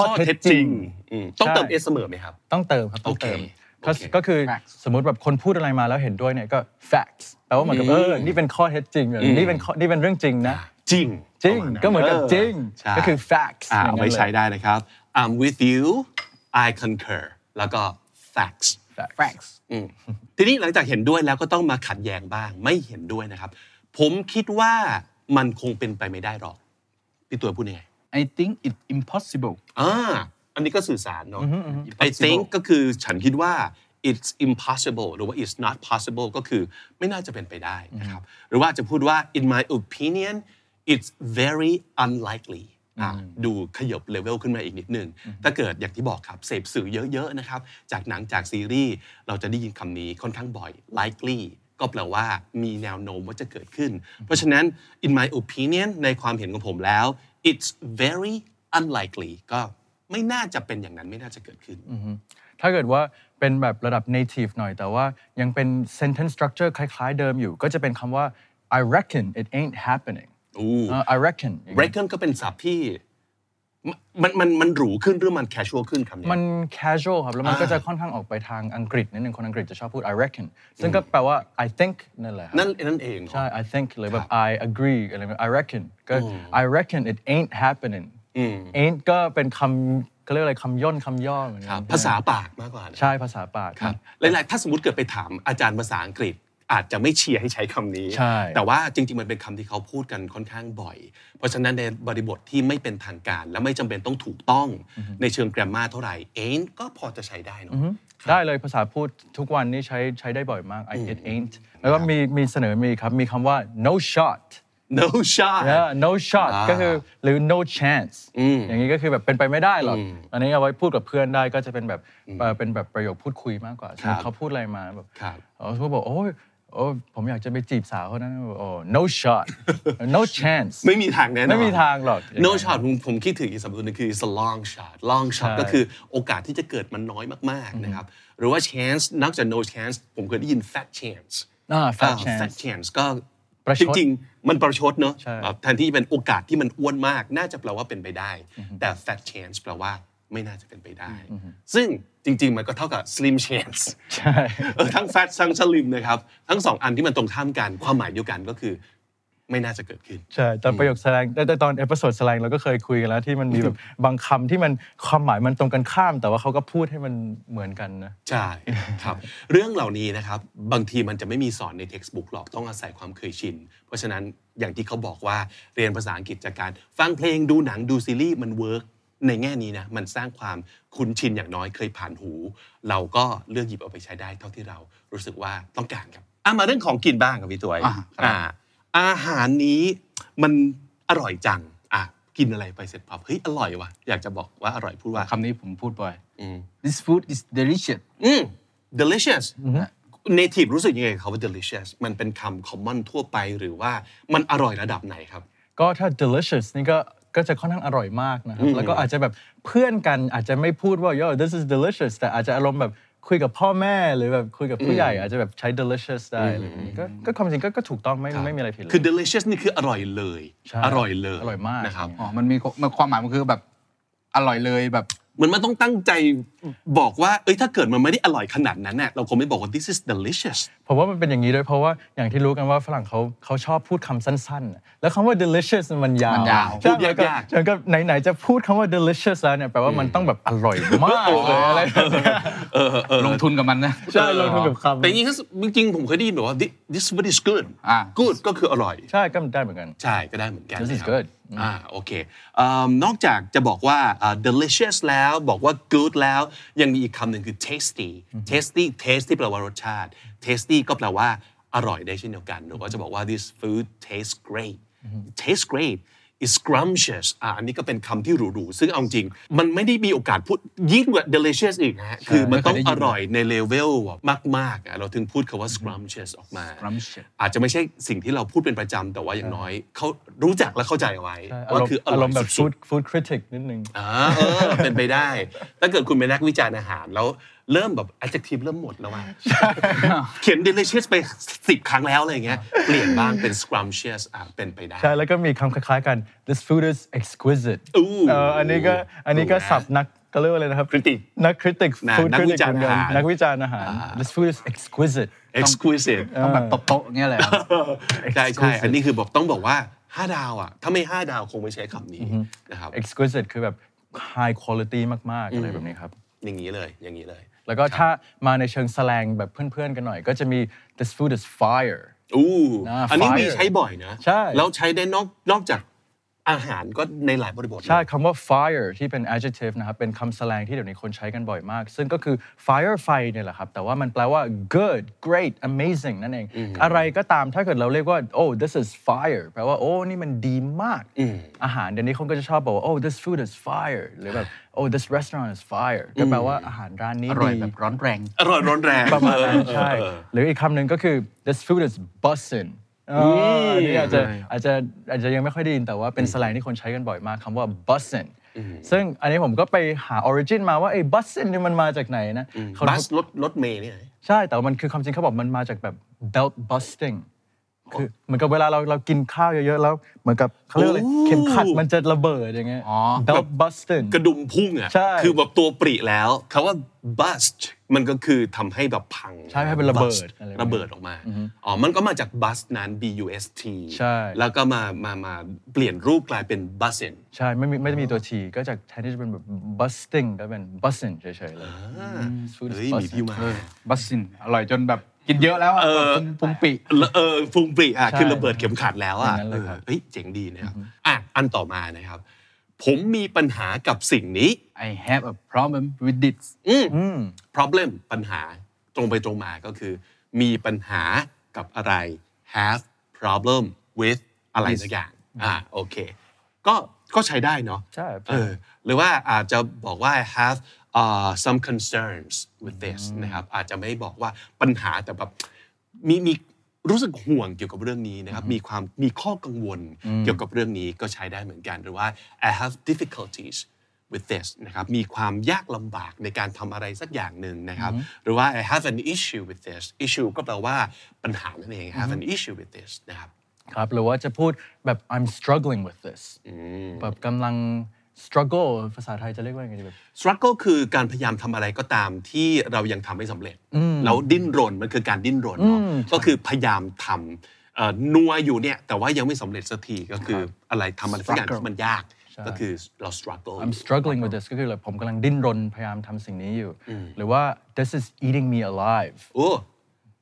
[SPEAKER 1] ข้
[SPEAKER 2] อ
[SPEAKER 1] อ
[SPEAKER 2] เท็
[SPEAKER 1] เท็
[SPEAKER 2] จ
[SPEAKER 1] จ
[SPEAKER 2] จ
[SPEAKER 1] จ
[SPEAKER 2] ริ
[SPEAKER 1] ริ
[SPEAKER 2] ง
[SPEAKER 1] งอืมต้อง
[SPEAKER 2] ใช่
[SPEAKER 1] เติม s เสมอไหมครับ
[SPEAKER 2] ต้องเติมครับต้องเติม
[SPEAKER 1] โอเค
[SPEAKER 2] ก็
[SPEAKER 1] โอเค
[SPEAKER 2] ก็คือ
[SPEAKER 3] facts
[SPEAKER 2] สมมติแบบคนพูดอะไรมาแล้วเห็นด้วยเนี่ยก็ facts แปลว่าเหมือนกับเออนี่เป็นข้อเท็จจริงแบบนี่เป็นข้อนี่เป็นเรื่องจริงนะ
[SPEAKER 1] จริง
[SPEAKER 2] จริงก็เหมือนกับจริง
[SPEAKER 1] ใช่
[SPEAKER 2] ก็คือ facts
[SPEAKER 1] อ่า
[SPEAKER 2] ย่
[SPEAKER 1] เอา
[SPEAKER 2] งนั้น
[SPEAKER 1] ไป
[SPEAKER 2] ลย
[SPEAKER 1] ใช้ได้นะครับ I'm with you I concur แล้วก็ facts
[SPEAKER 3] facts
[SPEAKER 1] อืมทีนี้หลังจากเห็นด้วยแล้วก็ต้องมาขัดแย้งบ้างไม่เห็นด้วยนะครับ ผมคิดว่ามันคงเป็นไปไม่ได้หรอกพี่ตัวพูดยังไง
[SPEAKER 3] I think it impossible
[SPEAKER 1] อ่าอันนี้ก็สื่อสารเนาะ I think ก็คือฉันคิดว่า it's impossible หรือว่า it's not possible ก็คือไม่น่าจะเป็นไปได้นะครับ หรือว่าจะพูดว่า in my opinion it's very unlikely อ่ะดูขยบเลเวลขึ้นมาอีกนิดนึง ถ้าเกิดอย่างที่บอกครับ เสพสื่อเยอะ ๆ นะครับ จากหนังจากซีรีส์เราจะได้ยินคำนี้ค่อนข้างบ่อย likely ก็แปลว่ามีแนวโน้มว่าจะเกิดขึ้น เพราะฉะนั้น in my opinion ในความเห็นของผมแล้ว it's very unlikely ก็ไม่น่าจะเป็นอย่างนั้นไม่น่าจะเกิดขึ้น
[SPEAKER 2] ถ้าเกิดว่าเป็นแบบระดับ native หน่อย แต่ว่ายังเป็น sentence structure คล้ายๆเดิมอยู่ ก็จะเป็นคำว่า I reckon it ain't happening
[SPEAKER 1] อู้
[SPEAKER 2] อ่า I reckon อย่างเงี้ย
[SPEAKER 1] reckon ก็เป็นศัพท์ที่มันมันมันหรูขึ้นหรือมัน casual ขึ้นคำนี้
[SPEAKER 2] มัน casual ครับ แล้วมันก็จะค่อนข้างออกไปทางอังกฤษนิดนึงคนอังกฤษจะชอบพูด I reckon ซึ่งก็แปลว่า I think นั่นแหละครับ
[SPEAKER 1] นั่นนั่นเองเหรอ
[SPEAKER 2] ใช่ I think หรือแบบ I agree อะไรแบบ I reckon ก็ I reckon it ain't happening ain't ก็เป็นคำเขาเรียกอะไรคำย่นคำย่อเหมือน
[SPEAKER 1] ค
[SPEAKER 2] กั
[SPEAKER 1] รับ
[SPEAKER 2] น
[SPEAKER 1] ภาษาปากมากกว่านะ
[SPEAKER 2] ใช่ภาษาปาก
[SPEAKER 1] ครับ
[SPEAKER 2] บ
[SPEAKER 1] หลาย ๆ ถ้าสมมติเกิดไปถามอาจารย์ภาษาอังกฤษ อาจจะไม่เชียร์ให้ใช้คำนี้
[SPEAKER 2] ใช่
[SPEAKER 1] แต่ว่าจริง ๆ มันเป็นคำที่เขาพูดกันค่อนข้างบ่อย เพราะฉะนั้นในบริบทที่ไม่เป็นทางการ และไม่จำเป็นต้องถูกต้องในเชิงแกรมมาเท่าไหร่ ain't ก็พอจะใช้ได้เนอะ
[SPEAKER 2] ได้เลยภาษาพูดทุกวันนี่ใช้ใช้ได้บ่อยมาก I it ain't แล้วก็มีมีเสนอมีครับมีคำว่า no shot
[SPEAKER 1] no shot
[SPEAKER 2] Yeah, no shot
[SPEAKER 1] อ่า
[SPEAKER 2] ก็คือหรือ no chance
[SPEAKER 1] อืม
[SPEAKER 2] อย่างนี้ก็คือแบบเป็นไปไม่ได้หรอก อันนี้เอาไว้พูดกับเพื่อนได้ก็จะเป็นแบบเอ่อเป็นแบบประโยคพูดคุยมากกว่าสมมติเขาพูดอะไรมาแบบ
[SPEAKER 1] ครับ
[SPEAKER 2] เขาพูดบอกโอ้ยโอ้ยผมอยากจะไปจีบสาวคนนั้นบอกโอ้ no shot no chance
[SPEAKER 1] ไม่มีทางแน่นอน
[SPEAKER 2] ไม่มีทางหรอก
[SPEAKER 1] no shot ผมผมคิดถึงอีกสำนวนหนึงคือ it's a long shot long shot
[SPEAKER 2] ใช่
[SPEAKER 1] ก็คือโอกาสที่จะเกิดมันน้อยมาก ๆ นะครับ หรือว่า chance นอกจาก no chance ผมเคยได้ยิน fat chance
[SPEAKER 2] อ่า fat
[SPEAKER 1] อ่า
[SPEAKER 2] chance
[SPEAKER 1] fat chance ก็
[SPEAKER 2] ประช
[SPEAKER 1] จ
[SPEAKER 2] ด
[SPEAKER 1] ริง ๆ มันประชดเนอะ
[SPEAKER 2] ใช่
[SPEAKER 1] แบบแทนที่เป็นโอกาสที่มันอ้วนมาก น่าจะแปลว่าเป็นไปได้ แต่ fat chance แปลว่าไม่น่าจะเป็นไปได้ ซึ่งจริง ๆ มันก็เท่ากับ slim chance
[SPEAKER 2] ใช่
[SPEAKER 1] เออทั้ง fat ทั้ง slim นะครับ ทั้งสองอันที่มันตรงข้ามกัน ความหมายเดียวกันก็คือ ไม่น่าจะเกิดขึ้น
[SPEAKER 2] ใช่ตอนประโยคแสดงแต่แต่ตอนเอพิโซดแสดงเราก็เคยคุยกันแล้วที่มัน มีแบบ บางคำที่มันความหมายมันตรงกันข้าม แต่ว่าเขาก็พูดให้มันเหมือนกันนะ
[SPEAKER 1] ใช่ ครับ เรื่องเหล่านี้นะครับ บางทีมันจะไม่มีสอนใน textbook หรอกต้องอาศัยความเคยชิน เพราะฉะนั้นอย่างที่เขาบอกว่าเรียนภาษาอังกฤษจากการ ฟังเพลงดูหนังดูซีรีส์มันเวิร์กในแง่นี้นะ มันสร้างความคุ้นชินอย่างน้อยเคยผ่านหู เราก็เลือกหยิบเอาไปใช้ได้เท่าที่เรารู้สึกว่าต้องการครับอ่ะมาเรื่องของกินบ้างครับพี่ตัวย
[SPEAKER 3] อ่าครับ
[SPEAKER 1] อ่าอาหารนี้มันอร่อยจังอ่ะกินอะไรไปเสร็จปั๊บเฮ้ยอร่อยว่ะอยากจะบอกว่าอร่อยพูดว่า
[SPEAKER 3] คำนี้ผมพูดบ่อย
[SPEAKER 1] อืม
[SPEAKER 3] this food is delicious
[SPEAKER 1] อืม delicious native รู้สึกยังไงกับคำว่า delicious มันเป็นคำ common ทั่วไปหรือว่ามันอร่อยระดับไหนครับ
[SPEAKER 2] ก็ถ้า delicious นี่ก็ก็จะค่อนข้างอร่อยมากนะครับ แล้วก็อาจจะแบบเพื่อนกันอาจจะไม่พูดว่า yo this is delicious แต่อาจจะอารมณ์แบบคุยกับพ่อแม่หรือแบบคุยกับผู้ใหญ่ อาจจะแบบใช้ delicious ได้อะไรอย่างนี้ก็ก็ความจริงก็ก็ถูกต้องไม่ไม่มีอะไรผิดเลย
[SPEAKER 1] คือ delicious นี่คืออร่อยเลย
[SPEAKER 2] ใช่
[SPEAKER 1] อร่อยเลย
[SPEAKER 2] อร่อยมาก
[SPEAKER 1] นะครับ
[SPEAKER 3] อ๋อมันมีมันความหมายมันคือแบบอร่อยเลยแบบ
[SPEAKER 1] เหมันมันต้องตั้งใจบอกว่า เอ้ยถ้าเกิดมันไม่ได้อร่อยขนาดนั้นน่ะเราคงไม่บอกว่า this is delicious
[SPEAKER 2] ผมว่ามันเป็นอย่างนี้ด้วยเพราะว่าอย่างที่รู้กันว่าฝรั่งเขาเขาชอบพูดคำสั้นๆน่ะแล้วคำว่า delicious มันยาว
[SPEAKER 3] มันยาว
[SPEAKER 2] ใช่
[SPEAKER 1] พูดยาก
[SPEAKER 2] แล้ว
[SPEAKER 1] ยาก
[SPEAKER 2] แล้วก็ไหนๆจะพูดคำว่า delicious แล้วเนี่ยแปลว่ามันต้องแบบอร่อยมากเลยอะไร
[SPEAKER 1] เออเออ
[SPEAKER 3] ลงทุนกับมันนะ
[SPEAKER 2] ใช่ลงทุนกับคำ
[SPEAKER 1] แต่จริงๆจริงๆผมเคยได้ยินแบบว่า "Thi- this food is good
[SPEAKER 3] อ่า
[SPEAKER 1] good ก็คืออร่อย
[SPEAKER 2] ใช่ก็ได้เหมือนกัน
[SPEAKER 1] ใช่ก็ได้เหมือนกัน
[SPEAKER 2] This is
[SPEAKER 1] นะครับ
[SPEAKER 2] good
[SPEAKER 1] อ่าโอเคเอิ่มนอกจากจะบอกว่าอ่า delicious แล้วบอกว่า good แล้วยังมีอีกคำหนึ่งคือ tasty tasty taste ที่แปลว่ารสชาติ tasty ก็แปลว่าอร่อยได้เช่นเดียวกันหรือว่าจะบอกว่า this food tastes great tastes great is scrumptious อ่าอันนี้ก็เป็นคำที่หรูๆซึ่งเอาจริง มันไม่ได้มีโอกาสพูดยิ่งกว่า delicious อีกนะฮะคือมันต้องอร่อยในเลเวลมากๆอ่ะเราถึงพูดคำว่า scrumptious ออกมา
[SPEAKER 3] Scrumptious
[SPEAKER 1] อาจจะไม่ใช่สิ่งที่เราพูดเป็นประจำแต่ว่าอย่างน้อยเขารู้จักและเข้าใจเอาไว้
[SPEAKER 2] ใช่อา
[SPEAKER 1] ว่าร
[SPEAKER 2] มณ์
[SPEAKER 1] คืออ
[SPEAKER 2] อาร
[SPEAKER 1] ร่อย
[SPEAKER 2] มณ์แบบ
[SPEAKER 1] สุด
[SPEAKER 2] food food critic นิดนึง
[SPEAKER 1] ๆอ่าเออเป็นไปได้ ถ้าเกิดคุณเป็นนักวิจารณ์อาหาร แล้วเริ่มแบบ adjective เริ่มหมดแล้วอ่ะเขียน delicious ไปสิบครั้งแล้วอะไรอย่างเงี้ยเปลี่ยนบ้างเป็น scrumptious อ่ะเป็นไปได้
[SPEAKER 2] ใช่ แล้วก็มีคำคล้ายๆกัน this food is exquisite
[SPEAKER 1] อู้
[SPEAKER 2] เอออันนี้ก็อันนี้ก็
[SPEAKER 1] ดูนะ
[SPEAKER 2] สับนักก็เรียกว่าอะไรนะครับ
[SPEAKER 1] Critic
[SPEAKER 2] นักคริติก
[SPEAKER 1] นะ
[SPEAKER 2] food
[SPEAKER 1] นักวิ
[SPEAKER 2] critic
[SPEAKER 1] จารณ์อาหาร
[SPEAKER 2] เหมือนกันนักวิจารณ์อาหาร this food is exquisite
[SPEAKER 1] exquisite
[SPEAKER 3] ต้องแบบโต๊ะๆอย่างเงี้ยแหละ
[SPEAKER 1] ใช่ใช่อันนี้คือบอกต้องบอกว่าห้าดาวอ่ะถ้าไม่ห้าดาวคงไม่ใช้คำนี้นะครับ
[SPEAKER 2] exquisite คือแบบ high quality มาก ๆ อะไรแบบนี้ครับ
[SPEAKER 1] อย่างนี้เลยอย่างนี้เลย
[SPEAKER 2] แล้วก็ถ้ามาในเชิงแสลงแบบเพื่อน ๆ กันหน่อย ก็จะมี this food is fire
[SPEAKER 1] อู้
[SPEAKER 2] นะ
[SPEAKER 1] อันนี้
[SPEAKER 2] fire
[SPEAKER 1] มีใช้บ่อยนะ
[SPEAKER 2] ใช่
[SPEAKER 1] แล้วใช้ได้นอกนอกจากอาหารก็ในหลายบริบทนะ
[SPEAKER 2] ใช่คำว่า fire ที่เป็น adjective นะครับ เป็นคำแสลงที่เดี๋ยวนี้คนใช้กันบ่อยมาก ซึ่งก็คือ fire ไฟเนี่ยแหละครับ แต่ว่ามันแปลว่า good great amazing นั่นเอง อะไรก็ตามถ้าเกิดเราเรียกว่า oh this is fire แปลว่า โอ้ นี่มันดีมาก อาหารเดี๋ยวนี้คนก็จะชอบบอกว่า oh this food is fire หรือแบบ oh this restaurant is fire ก็แปลว่าอาหารร้านนี้
[SPEAKER 3] อร่อย
[SPEAKER 2] ดี
[SPEAKER 3] แบบร้อนแรง
[SPEAKER 1] อร่อยร้อนแรง
[SPEAKER 2] ประมาณนั้นใช่
[SPEAKER 1] เออ
[SPEAKER 2] หรืออีกคำหนึ่งก็คือ this food is bussin อันนี้อาจจะอาจจะอาจจะยังไม่ค่อยได้ยินแต่ว่าเป็นสแลงที่คนใช้กันบ่อยมากคำว่า bussin ซึ่งอันนี้ผมก็ไปหา origin มาว่าไอ้ bussin เนี่ยมันมาจากไหนนะเขา
[SPEAKER 1] บัสรถรถเมล์เนี่ย
[SPEAKER 2] ใช่แต่ว่ามันคือความจริงเขาบอกมันมาจากแบบ belt busting คือเหมือนกับเวลาเราเรากินข้าวเยอะๆ แล้วเหมือนกับเขาเรียกอะไร
[SPEAKER 1] โอ้
[SPEAKER 2] เข็มขัดมันจะระเบิดอย่างเงี้ย
[SPEAKER 3] อ๋อ
[SPEAKER 2] belt busting
[SPEAKER 1] กระดุมพุ่งอ่ะ
[SPEAKER 2] ใช่
[SPEAKER 1] คือแบบตัวปริแล้วคาว่า bust มันก็คือทำให้แบบพัง
[SPEAKER 2] ใช่ให้เป็นระเบิด
[SPEAKER 1] Bust ระเบิดออกมาอ๋อมันก็มาจาก bus นั้น B U S T
[SPEAKER 2] ใช่
[SPEAKER 1] แล้วก็มามามาเปลี่ยนรูปกลายเป็น busin
[SPEAKER 2] ใช่ ไม่มีไม่ได้มีตัว T ก็จากแทนที่จะเป็นแบบ busting ก็เป็น bussin เฉยๆเลย Food is
[SPEAKER 1] เฮ้ยมี
[SPEAKER 2] bussin
[SPEAKER 1] ที่มา
[SPEAKER 3] บัสซินอร่อยจนแบบกินเยอะแล้วอะแบบพุงพุงปี
[SPEAKER 1] เออฟุงปรีอ่ะ
[SPEAKER 2] ใช่
[SPEAKER 1] คือระเบิดเข็มขัดแล้วอ่ะ
[SPEAKER 2] อย่างนั้นเลยครับ
[SPEAKER 1] เออเฮ้ยเจ๋งดีนะครับอ่ะอันต่อมานะครับ ผมมีปัญหากับสิ่งนี้
[SPEAKER 3] I have a problem with this
[SPEAKER 1] อืม problem ปัญหาตรงไปตรงมาก็คือ มีปัญหากับอะไร have problem with อะไรสักอย่างอ่าโอเค ก็ก็ใช้ได้เนาะ
[SPEAKER 2] ใช่
[SPEAKER 1] เออหรือว่าอาจจะบอกว่า have uh, some concerns with this นะครับอาจจะไม่บอกว่าปัญหาแต่แบบมีมีรู้สึกห่วงเกี่ยวกับเรื่องนี้นะครับมีความมีข้อกังวลเกี่ยวกับเรื่องนี้ก็ใช้ได้เหมือนกันหรือว่า I have difficulties with this นะครับมีความยากลำบากในการทำอะไรสักอย่างหนึ่งนะครับ หรือว่า I have an issue with this issue ก็แปลว่าปัญหานั่นเอง I have an issue with this นะครับ
[SPEAKER 2] ครับ หรือว่าจะพูดแบบ I'm struggling with this แบบกำลัง struggle ภาษาไทยจะเรียกว่าไงดีแบบ
[SPEAKER 1] สตรั g ก l e คือการพยายามทำอะไรก็ตามที่เรายังทำไม่สำเร็จแล้วดิ้นรนมันคือการดิ้นรนเนาะก็คือพยายามทำ เอ่อนัวอยู่เนี่ยแต่ว่ายังไม่สำเร็จสักทีก็คืออะไรทำอะไรสักอย่าง
[SPEAKER 3] Struggle
[SPEAKER 1] ที่มันยากก็คือเรา struggle
[SPEAKER 2] I'm struggling with this ก็คือแบบผมกำลังดิ้นรนพยายามทำสิ่งนี้อยู่ หรือว่า this is eating me alive
[SPEAKER 1] โอ้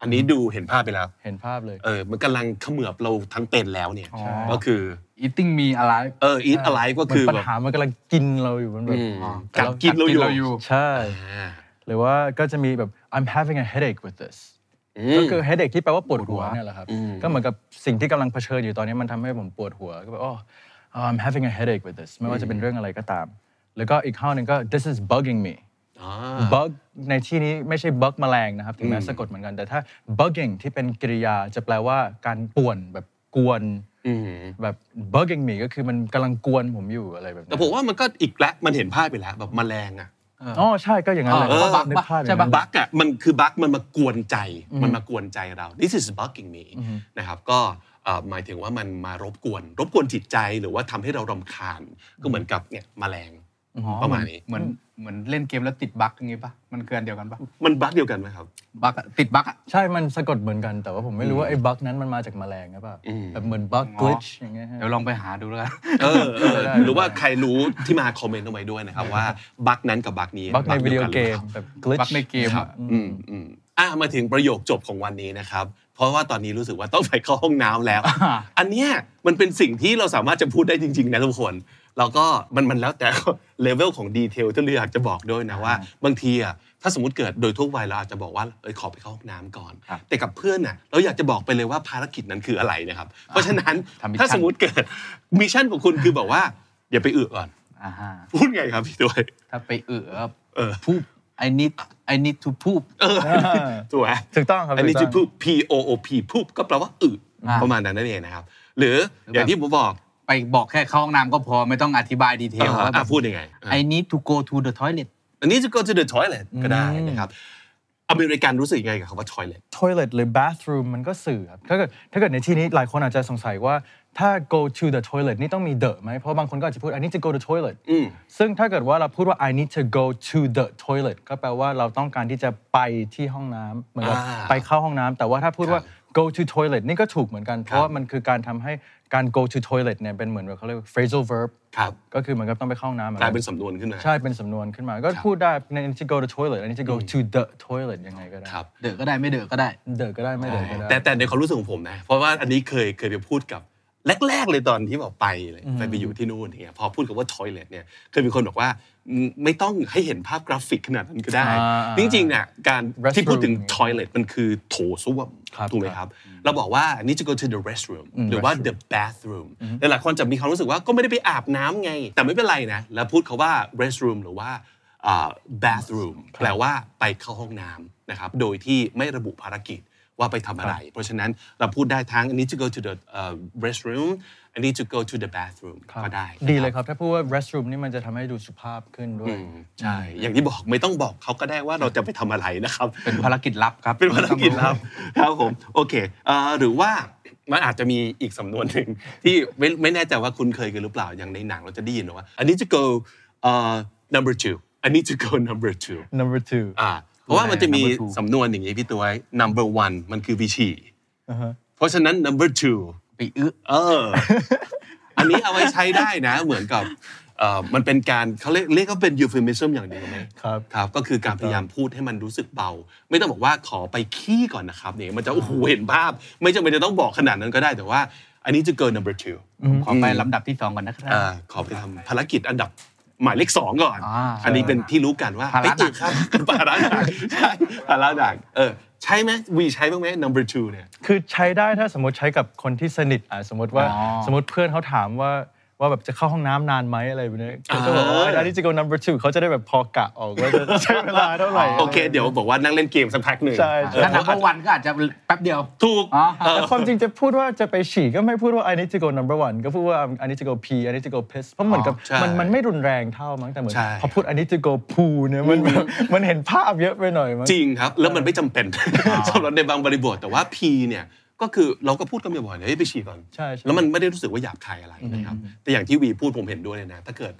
[SPEAKER 1] อันนี้ดูเห็นภาพไปแล้ว
[SPEAKER 2] เห็นภาพเลย
[SPEAKER 1] เออมันกำลังเขมือบเราทั้งเป็นแล้วเนี่ย
[SPEAKER 3] อ๋อ
[SPEAKER 1] ก็คือ
[SPEAKER 3] eating me alive
[SPEAKER 1] เออ eat alive ก็คือ
[SPEAKER 2] เหมืนปั
[SPEAKER 1] แบบ
[SPEAKER 2] ญหามันกำลังกินเราอยู่มันแบบ
[SPEAKER 1] อืม
[SPEAKER 3] กั
[SPEAKER 1] กั
[SPEAKER 3] ด
[SPEAKER 1] ด
[SPEAKER 3] เรากิ
[SPEAKER 1] กินเรา
[SPEAKER 3] กัดกินเราอ
[SPEAKER 1] อยู่ ยู่
[SPEAKER 2] ใช่
[SPEAKER 1] อ่า
[SPEAKER 2] หรือว่าก็จะมีแบบ I'm having a headache with this ก็คือ headache ที่แปลว่าปวดหัวเนี่ยแหละครับ ก็เหมือนกับสิ่งที่กำลังเผชิญอยู่ตอนนี้มันทำให้ผมปวดหัว ก็แบบอ๋อ I'm having a headache with this ไม่ว่าจะเป็นเรื่องอะไรก็ตาม แล้วก็อีกข้อหนึ่งก็ this is bugging me
[SPEAKER 1] อ่า
[SPEAKER 2] bug ในที่นี้ไม่ใช่บักแมลงนะครับ ถึงแม้สะกดเหมือนกัน แต่ถ้า bugging ที่เป็นกริยาจะแปลว่าการป่วนแบบกวน
[SPEAKER 1] อืม
[SPEAKER 2] แบบ bugging me ก็คือมันกำลังกวนผมอยู่อะไรแบบ
[SPEAKER 1] แต่
[SPEAKER 2] นี้น
[SPEAKER 1] ผมว่ามันก็อีกแล้วมันเห็นภาพไปแล้วแบบแมลงอ่ะ
[SPEAKER 2] อ๋อใช่ก็อย่างนั้นเลย
[SPEAKER 1] เออ
[SPEAKER 2] นึกภาพอย่าง
[SPEAKER 3] ใช่ปะ
[SPEAKER 2] นั้น
[SPEAKER 1] บั๊กอ่ะมันคือบั๊กมันมากวนใจมันมากวนใจเรา this is bugging me นะครับก็เอ่อหมายถึงว่ามันมารบกวน รบกวนจิตใจหรือว่าทำให้เรารำคาญ ก็เหมือนกับเนี่ยแมลง
[SPEAKER 3] อ๋อ
[SPEAKER 1] ประมาณนี้
[SPEAKER 3] เหมือนเหมือนเล่นเกมแล้วติดบั๊กอย่างงี้ปะมันเกินเดียวกันปะ
[SPEAKER 1] มันบั๊กเดียวกันไหมครับ
[SPEAKER 3] บั๊กอะติดบั๊กอะ
[SPEAKER 2] ใช่ มันสะกดเหมือนกัน แต่ว่าผมไม่รู้ว่าไอ้บั๊กนั้นมันมาจากแมลงหรือเปล่า
[SPEAKER 1] อืม
[SPEAKER 2] แบบเหมือนบั๊ก
[SPEAKER 3] อ๋อ
[SPEAKER 2] กลิชอย่างเงี้ยฮะ
[SPEAKER 3] เดี๋ยวลองไปหาดูแล้วกัน
[SPEAKER 1] เออเออ
[SPEAKER 2] ได้
[SPEAKER 1] หรือว่าใครรู้ที่มาคอมเมนต์เอาไว้ด้วยนะครับว่าบั๊กนั้นกับบั๊กนี้
[SPEAKER 2] บั๊กในวิดีโอ
[SPEAKER 1] ยว
[SPEAKER 2] เก
[SPEAKER 1] นหรือปา
[SPEAKER 2] มแบบกลิช
[SPEAKER 3] บั๊กในเกมอะ
[SPEAKER 1] อืมอืมอ่ะมาถึงประโยคจบของวันนี้นะครับ เพราะว่าตอนนี้รู้สึกว่าต้องไปเข้าห้องน้ำแล้ว อันเนี้ยมันเป็นสิ่งที่เราสามารถจะพูดได้จริง ๆ นะทุกคน แล้วก็มันมันแล้วแต่ เลเวลของดีเทลที่เราอยากจะบอกด้วยนะว่า บางทีอ่ะถ้าสมมติเกิดโดยทั่วไปเราอาจจะบอกว่าเอยขอไปเข้าห้องน้ำก่อน
[SPEAKER 3] ครับ
[SPEAKER 1] แต่กับเพื่อนน่ะเราอยากจะบอกไปเลยว่าภารกิจนั้นคืออะไรนะครับ เพราะฉะนั้น
[SPEAKER 3] ทำมิชชั่น
[SPEAKER 1] ถ้าสมมติเกิด มิชชั่นของคุณคือบอกว่าอย่าไปอึก่อน
[SPEAKER 3] อ่าฮะ
[SPEAKER 1] พูดไงครับพี่ด้วย
[SPEAKER 3] ถ้าไปเอือ
[SPEAKER 1] เออ
[SPEAKER 3] พูบ I need I need to poop
[SPEAKER 1] ถูกไหม
[SPEAKER 2] ถูกต้องครับ
[SPEAKER 1] อันนี้
[SPEAKER 2] ถูก
[SPEAKER 1] จะ
[SPEAKER 2] ต้ง
[SPEAKER 1] พูด P O O P พูดก็แปลว่าอึ
[SPEAKER 3] อ่า
[SPEAKER 1] ประมาณนั้นนั่นเองนะครับ หรืออย่างที่ผมบอก
[SPEAKER 3] ไปบอกแค่เข้าห้องน้ำก็พอไม่ต้องอธิบายดีเทล
[SPEAKER 1] อ่า
[SPEAKER 3] ว่าแบ
[SPEAKER 1] อ่ะ
[SPEAKER 3] บ
[SPEAKER 1] พูดยังไงอ่ะ
[SPEAKER 3] I need to go to the toilet
[SPEAKER 1] อันนี้จะ go to the toilet ก็ได้นะครับ อเมริกันรู้สึกยังไงกับคำว่า toilet
[SPEAKER 2] toilet หรือ bathroom มันก็สื่อครับถ้าเกิดถ้าเกิดในที่นี้หลายคนอาจจะสงสัยว่าถ้า go to the toilet นี่ต้องมี the ไหม เพราะบางคนก็อาจจะพูด I need to go to toilet ซึ่งถ้าเกิดว่าเราพูดว่า I need to go to the toilet ก็แปลว่าเราต้องการที่จะไปที่ห้องน้ำเหมือนกับ
[SPEAKER 1] อ่า
[SPEAKER 2] ไปเข้าห้องน้ำแต่ว่าถ้าพูดว่า go to toilet นี่ก็ถูกเหมือนกัน เพราะว่ามันคือการทำให้การ go to toilet เนี่ยเป็นเหมือนแบบเขาเรียกว่า phrasal verb
[SPEAKER 1] ครับ
[SPEAKER 2] ก็คือเหมือนกับต้องไปเข้าห้องน้ำหมือก กั
[SPEAKER 1] ลายเป็นสำนวนขึ้นมา
[SPEAKER 2] ใช่เป็นสำนวนขึ้นมา ก็พูดได้ใน I need to go to toilet I need to go to the toilet ยังไงก็ได้
[SPEAKER 1] ครับ
[SPEAKER 3] เดอะก็ได้ไม่เดอะก็ได้
[SPEAKER 2] เดอก็ได้ไม่เดอก็ได้
[SPEAKER 1] แต่แต่ในความรู้สึกของผมนะ เพราะว่าอันนี้เคยเคยไปพูดกับแรก ๆ เลยตอนที่แบบไปเลยไปไปอยู่ที่นู่นอย่างเงี้ยพอพูดกับว่า toilet เนี่ยเคยมีคนบอกว่าอืมไม่ต้องให้เห็นภาพกราฟิกขนาดนั้นก็ได้
[SPEAKER 2] อ่า
[SPEAKER 1] จริงๆเนี่ยการ
[SPEAKER 2] Restroom
[SPEAKER 1] ที่พูดถึง toilet มันคือโถส้วม
[SPEAKER 2] ครับ
[SPEAKER 1] ถูกไหมครับ เราบอกว่า I need to go to the restroom หรือว่า the bathroom แต่หลายคนจะมีความรู้สึกว่าก็ไม่ได้ไปอาบน้ำไง แต่ไม่เป็นไรนะ แล้วพูดคาว่า restroom หรือว่าอ่า bathroom แปลว่าไปเข้าห้องน้ำนะครับโดยที่ไม่ระบุภารกิจว่าไปทำอะไร เพราะฉะนั้นเราพูดได้ทั้ง I need to go to the เอ่อ restroom I need to go to the bathroom
[SPEAKER 2] ครับ
[SPEAKER 1] ก็ได้
[SPEAKER 2] ดีเลยครับ ถ้าพูดว่า restroom นี่มันจะทำให้ดูสุภาพขึ้นด้วย
[SPEAKER 1] ใช่อย่างที่บอกไม่ต้องบอกเขาก็ได้ว่าเราจะไปทำอะไรนะครับ
[SPEAKER 3] เป็นภารกิจลับครับ
[SPEAKER 1] เป็นภารกิจครับครับผมโอเคเอ่อหรือว่ามันอาจจะมีอีกสำนวนหนึ่งที่ ไม่ไม่แน่ใจว่าคุณเคยกันหรือเปล่าอย่างในหนังเราจะได้ยินว่าอันนี้จะ go เอ่อ number two อันนี้จะ go number two
[SPEAKER 2] number two
[SPEAKER 1] อ่าเพราะว่ามันจะมี
[SPEAKER 3] number two
[SPEAKER 1] สำนวนอย่างนี้พี่ตัวไว้ number one มันคือวิชีเพราะฉะนั้น number two
[SPEAKER 3] ไปอึ
[SPEAKER 1] เออ อันนี้เอาไว้ใช้ได้นะ เหมือนกับเอ่อมันเป็นการเขาเรียกเรียกว่าเป็น euphemism อย่างหนึ่งไหม
[SPEAKER 2] ครับ
[SPEAKER 1] ครับ ก็คือการพยายามพูดให้มันรู้สึกเบา ไม่ต้องบอกว่าขอไปขี้ก่อนนะครับเนี่ยมันจะโอ้โหเห็นภาพ ไม่จำเป็นจะต้องบอกขนาดนั้นก็ได้แต่ว่า อันนี้จะเกิน number two
[SPEAKER 3] ขอไปลำดับที่สองก่อนนะครับ
[SPEAKER 1] อ่าขอไปทำภารกิจอันดับหมายเลขสองก่อน
[SPEAKER 3] อ่า
[SPEAKER 1] อันนี้เป็นที่รู้กันว่า
[SPEAKER 3] ภาระหนัก
[SPEAKER 1] ไปครับ ภาระหนักใช่ภาระหนักเออใช่ไหมวีใช้บ้างไหม number two เนี่ย
[SPEAKER 2] คือใช้ได้ถ้าสมมติใช้กับคนที่สนิทอ่ะสมมติว่า
[SPEAKER 3] อ๋อ
[SPEAKER 2] สมมติเพื่อนเขาถามว่าว่าแบบจะเข้าห้องน้ำนานไหมอะไรแบบนี้ก็จะบอกว่า
[SPEAKER 1] อ่า
[SPEAKER 2] อันนี้จะ go number two เขาจะได้แบบพอกะออกว่าจะใช้เวลาเท่าไหร่
[SPEAKER 1] โอเค เดี๋ยวบอกว่านั่งเล่นเกมสักพักหนึ่ง
[SPEAKER 2] ใช่ใช่
[SPEAKER 1] เออ
[SPEAKER 3] ถ้า
[SPEAKER 1] เพ
[SPEAKER 3] นั
[SPEAKER 1] ราะ
[SPEAKER 3] บว่าวันก็อาจจะแป๊บเดียว
[SPEAKER 1] ถูก
[SPEAKER 3] อ๋อ
[SPEAKER 1] เออ
[SPEAKER 2] แต่ความจริงจะพูดว่าจะไปฉี่ก็ไม่พูดว่า I need to go number one ก็พูดว่า I need to go pee I need to go piss เพราะเหมือนกับ
[SPEAKER 1] ใช่
[SPEAKER 2] มันมันไม่รุนแรงเท่ามั้งแต่เหมือน
[SPEAKER 1] ใช่
[SPEAKER 2] พอพูด I need to go poo เนี่ยมันแบบมันเห็นภาพเยอะไปหน่อยมั้ง
[SPEAKER 1] จริงครับ แล้วมันไม่จำเป็น สำหรับในบางบริบทแต่ว่า P เนี่ยก็คือเราก็พูดกันบ่อยๆนะเฮ้ยไปฉี่ก่อน
[SPEAKER 2] ใช่ใช่
[SPEAKER 1] แล้วมันไม่ได้รู้สึกว่าหยาบคายอะไรนะครับ แต่อย่างที่วีพูดผมเห็นด้วยเลยนะ ถ้าเกิด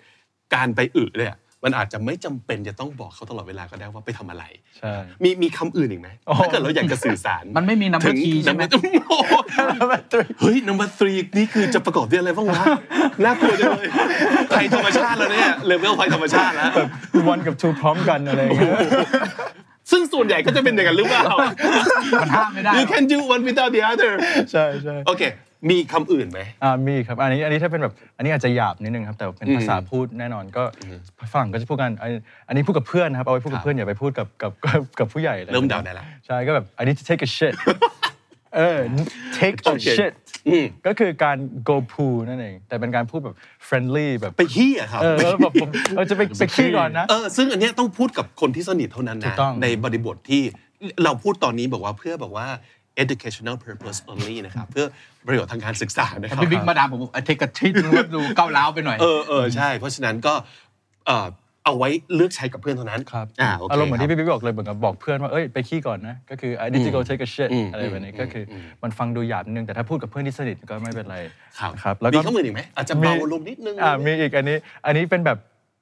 [SPEAKER 1] การไปอึเนี่ย มันอาจจะไม่จำเป็นจะต้องบอกเขาตลอดเวลาก็ได้ว่าไปทำอะไร
[SPEAKER 2] ใช่
[SPEAKER 1] มีมีคำอื่นอีกไหม
[SPEAKER 2] อ๋อ
[SPEAKER 1] ถ้าเกิดเราอยากจะสื่อสาร
[SPEAKER 3] มันไม่มี number
[SPEAKER 1] ถึง
[SPEAKER 3] key ใช่ไหม
[SPEAKER 1] number- โอ้โหเฮ้ย number three นี่คือจะประกอบด้วยอะไรบ้าง วะน่ากลัวจังเลยภัยธรรมชาติแล้วเนี่ยเลเวลภัยธรรมชาติแล้ว
[SPEAKER 2] วันกับทูพร้อมกันอะไรอย่างเงี้ย
[SPEAKER 1] ซึ่งส่วนใหญ่ก็จะเป็นอย่างนั้นหรือเปล่า
[SPEAKER 3] มันห้ามไม่ได้
[SPEAKER 1] You can do one without the other
[SPEAKER 2] ใช่ใช่
[SPEAKER 1] โอเค มีคำอื่นไหม
[SPEAKER 2] อ่ามีครับอันนี้อันนี้ถ้าเป็นแบบอันนี้อาจจะหยาบนิดนึงครับแต่เป็น
[SPEAKER 1] อืม
[SPEAKER 2] ภาษาพูดแน่นอนก็ฝรั่งก็จะพูดกันอันอันนี้พูดกับเพื่อนนะครับเอาไว้พูด
[SPEAKER 1] ครั
[SPEAKER 2] กับบ เพื่อนอย่าไปพูดกับกับกับกับผู้ใหญ่ลย
[SPEAKER 1] เริ่มเดาได้แล้ว
[SPEAKER 2] ใช่ก็แบบ I need to take a shit เออ take a
[SPEAKER 1] โอเค
[SPEAKER 2] shit
[SPEAKER 1] อืม
[SPEAKER 2] ก็คือการ go poo นั่นเองแต่เป็นการพูดแบบ friendly แบบ
[SPEAKER 1] ไปขี้อะครับ
[SPEAKER 2] เออแล้วแบบผมเรา จะไปไปขี้ก่อนนะ
[SPEAKER 1] เออซึ่งอันเนี้ยต้องพูดกับคนที่สนิทเท่านั้น
[SPEAKER 2] ถู
[SPEAKER 1] นะ
[SPEAKER 2] กต้อง
[SPEAKER 1] ในบริบทที่เราพูดตอนนี้บอกว่าเพื่อบอกว่า educational purpose only นะครับ เพื่อประโยชน์ทางการศึกษานะค
[SPEAKER 3] แต่
[SPEAKER 1] รับ
[SPEAKER 3] พี่บิ๊กมาดามผมบอกเทคกัชิดดูเก้าเล้าวไปหน่อย
[SPEAKER 1] เออเออใช่ เพราะฉะนั้นก็เอ่อเอาไว้เลือกใช้กับเพื่อนเท่านั้น
[SPEAKER 2] ครับ
[SPEAKER 1] อ่าโอเค
[SPEAKER 2] อารมณ์เหมือนที่
[SPEAKER 1] คบ
[SPEAKER 2] พี่พี่บอกเลยเหมือนกับบอกเพื่อนว่าเอ้ยไปขี้ก่อนนะ ก็คือ I need to go take a shit
[SPEAKER 1] อืม
[SPEAKER 2] อะไรแบบนี้
[SPEAKER 1] อืม
[SPEAKER 2] ก็คืออ
[SPEAKER 1] ม
[SPEAKER 2] มันฟังดูหยาบนิดนึงแต่ถ้าพูดกับเพื่อนที่สนิทก็ไม่เป็นไร
[SPEAKER 1] ครับ
[SPEAKER 2] ครับแล้ว
[SPEAKER 1] มี
[SPEAKER 2] ก็
[SPEAKER 1] ข้อมืออีกไหมอาจจะเบาลงนิดนึง
[SPEAKER 2] อ่ามีอีกอันนี้อันนี้เป็นแบบ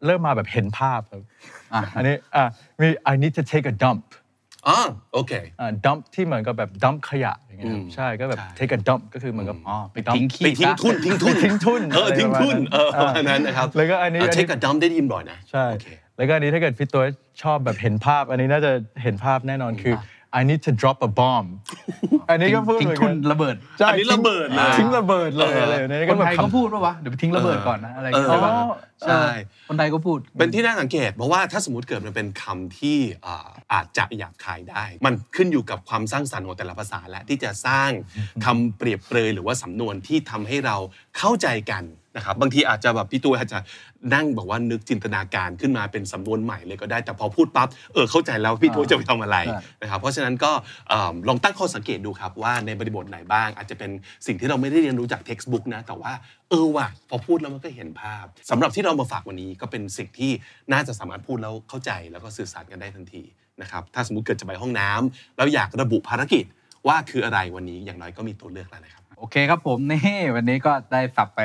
[SPEAKER 2] เริ่มมาแบบเห็นภาพครับ
[SPEAKER 3] อ่ะ
[SPEAKER 2] อันนี้อ่ามี I need to take a dump
[SPEAKER 1] อ๋อโอเค
[SPEAKER 2] อ่า dump ที่เหมือนกับแบบ dump ขยะอย่างเงี้ยครั
[SPEAKER 1] อื
[SPEAKER 2] บ
[SPEAKER 1] ม
[SPEAKER 2] ใช่ก็แบบ
[SPEAKER 1] ใช่
[SPEAKER 2] take a dump ก็คือเหมือนกับอ๋อไป dump
[SPEAKER 3] ทิ้งขี้
[SPEAKER 1] ไปทิ้ง
[SPEAKER 3] ซะ
[SPEAKER 1] ทุนทิ้งทุน
[SPEAKER 2] ไปทิ้งทุ่น
[SPEAKER 1] เออทิ้งทุนเออ
[SPEAKER 2] อะ
[SPEAKER 1] ป
[SPEAKER 2] ไรประ ระ
[SPEAKER 1] มาณ
[SPEAKER 2] มาณนั้
[SPEAKER 1] นั้น
[SPEAKER 2] น
[SPEAKER 1] นะครับ
[SPEAKER 2] แล้วก็อันนี้อันนี้
[SPEAKER 1] เช็คกับดัมได้ยินบ่อยนะ
[SPEAKER 2] ใช่
[SPEAKER 1] โอเค
[SPEAKER 2] แล้วก็อันนี้ถ้าเกิดพี่ตัวชอบแบบเห็นภาพ อันนี้น่าจะเห็นภาพแน่นอนคืออ I need to drop a bomb อันนี้ก็พูด
[SPEAKER 3] ทิ้
[SPEAKER 2] เหมือน
[SPEAKER 3] งทุ
[SPEAKER 2] กัน น
[SPEAKER 3] ระเบิด
[SPEAKER 2] ใช่
[SPEAKER 1] อันนี้ระเบิดเลย
[SPEAKER 2] ทิ้งระเบิดเลย
[SPEAKER 1] เอออ
[SPEAKER 2] อะไรอย่างเงี้ย
[SPEAKER 3] คนไทย
[SPEAKER 2] แบบ
[SPEAKER 3] ก็พูดปะวะเดี๋ยวไปทิ้งระเบิดก่อนนะอะไรอย่างเงี้ย
[SPEAKER 1] เออ
[SPEAKER 3] ใช่ปะ
[SPEAKER 1] ใช่
[SPEAKER 3] เออคนไทยก็พูด
[SPEAKER 1] เป็นที่น่าสังเกตเพราะว่าถ้าสมมติเกิดมันเป็นคำที่อ่าอาจจะหยาบคายได้ มันขึ้นอยู่กับความสร้างสรรค์ของแต่ละภาษาและที่จะสร้างคำเปรียบเปรยหรือว่าสำนวนที่ทำให้เราเข้าใจกันนะครับบางทีอาจจะแบบพี่ตัวอาจจะนั่งบอกว่านึกจินตนาการขึ้นมาเป็นสำนวนใหม่เลยก็ได้แต่พอพูดปั๊บเออเข้าใจแล้วพี่ตัวจะไปทำอะไร
[SPEAKER 3] ใช่
[SPEAKER 1] นะครับเพราะฉะนั้นก็เอิ่มลองตั้งข้อสังเกตดูครับว่าในบริบทไหนบ้าง อาจจะเป็นสิ่งที่เราไม่ได้เรียนรู้จากเท็กซ์บุ๊กนะแต่ว่าเออว่ะพอพูดแล้วมันก็เห็นภาพสำหรับที่เรามาฝากวันนี้ก็เป็นสิ่งที่น่าจะสามารถพูดแล้วเข้าใจแล้วก็สื่อสารกันได้ทันทีนะครับถ้าสมมติเกิดจะไปห้องน้ำแล้วอยากระบุภารกิจว่าคืออะไรวันนี้อย่างน้อยก็มีตัวเลือกแล้วนะครับ
[SPEAKER 3] โอเคครับผม นี่วันนี้ก็ได้สับไป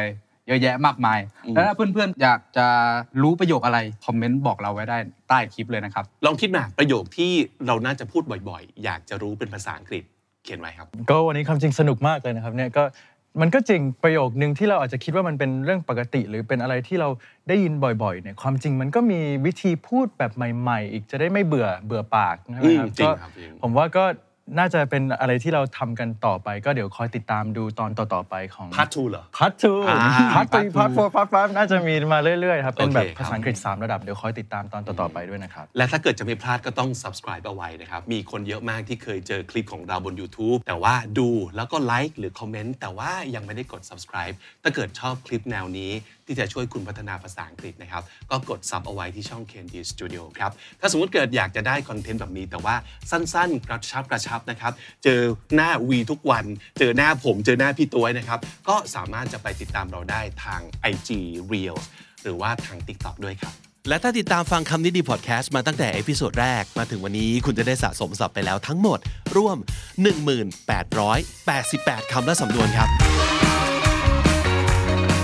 [SPEAKER 3] เยอะแยะมากมาย
[SPEAKER 1] อืม
[SPEAKER 3] แล้วถ้าเพื่อนๆ อยากจะรู้ประโยคอะไร คอมเมนต์บอกเราไว้ได้ใต้คลิปเลยนะครับ
[SPEAKER 1] ลองคิดมาประโยคที่เราน่าจะพูดบ่อยๆ อยากจะรู้เป็นภาษาอังกฤษเขียนไว้ครับ
[SPEAKER 2] ก็วันนี้คำจริงสนุกมากเลยนะครับเนี่ยก็มันก็จริงประโยคนึงที่เราอาจจะคิดว่ามันเป็นเรื่องปกติ หรือเป็นอะไรที่เราได้ยินบ่อยๆเนี่ยความจริงมันก็มีวิธีพูดแบบใหม่ ๆ อีกจะได้ไม่เบื่อเบื่อปากนะค
[SPEAKER 1] อื
[SPEAKER 2] รั
[SPEAKER 1] ม
[SPEAKER 2] บ
[SPEAKER 1] จริง
[SPEAKER 2] ก็
[SPEAKER 1] ครับจริง
[SPEAKER 2] ผมว่าก็น่าจะเป็นอะไรที่เราทำกันต่อไป ก็เดี๋ยวคอยติดตามดูตอนต่อๆไปของ
[SPEAKER 1] พาร์ททูเหรอ
[SPEAKER 2] พัททู
[SPEAKER 1] อ่า
[SPEAKER 2] พัทท
[SPEAKER 3] Part
[SPEAKER 2] รี
[SPEAKER 3] two
[SPEAKER 2] พัทโฟร์พัทฟน่าจะมีมาเรื่อยๆครับ เป็นแบบ
[SPEAKER 1] โอเคครับ
[SPEAKER 2] ภาษาอังกฤษ 3 ระดับ เดี๋ยวคอยติดตามตอนต่อๆไปด้วยนะครับ
[SPEAKER 1] และถ้าเกิดจะไม่พลาดก็ต้อง subscribe เอาไว้นะครับ มีคนเยอะมากที่เคยเจอคลิปของเราบน YouTube แต่ว่าดูแล้วก็ไลค์หรือคอมเมนต์แต่ว่ายังไม่ได้กด subscribe ถ้าเกิดชอบคลิปแนวนี้ที่จะช่วยคุณพัฒนาภาษาอังกฤษนะครับ ก็กด sub เอาไว้ที่ช่อง Candy Studio ครับ ถ้าสมมติเกิดอยากจะได้คอนเทนต์แบบนี้ แต่ว่าสั้นๆ กระชับกระชับนะครับ เจอหน้าวีทุกวัน เจอหน้าผมเจอหน้าพี่ตัวยนะครับก็สามารถจะไปติดตามเราได้ทาง IG Reels หรือว่าทาง TikTok ด้วยครับ
[SPEAKER 4] และถ้าติดตามฟังคำนี้ดีพอดแคสต์มาตั้งแต่เอพิโซดแรก มาถึงวันนี้คุณจะได้สะสมศัพท์ไปแล้วทั้งหมด ร่วม 1888 คำและสำนวนครับ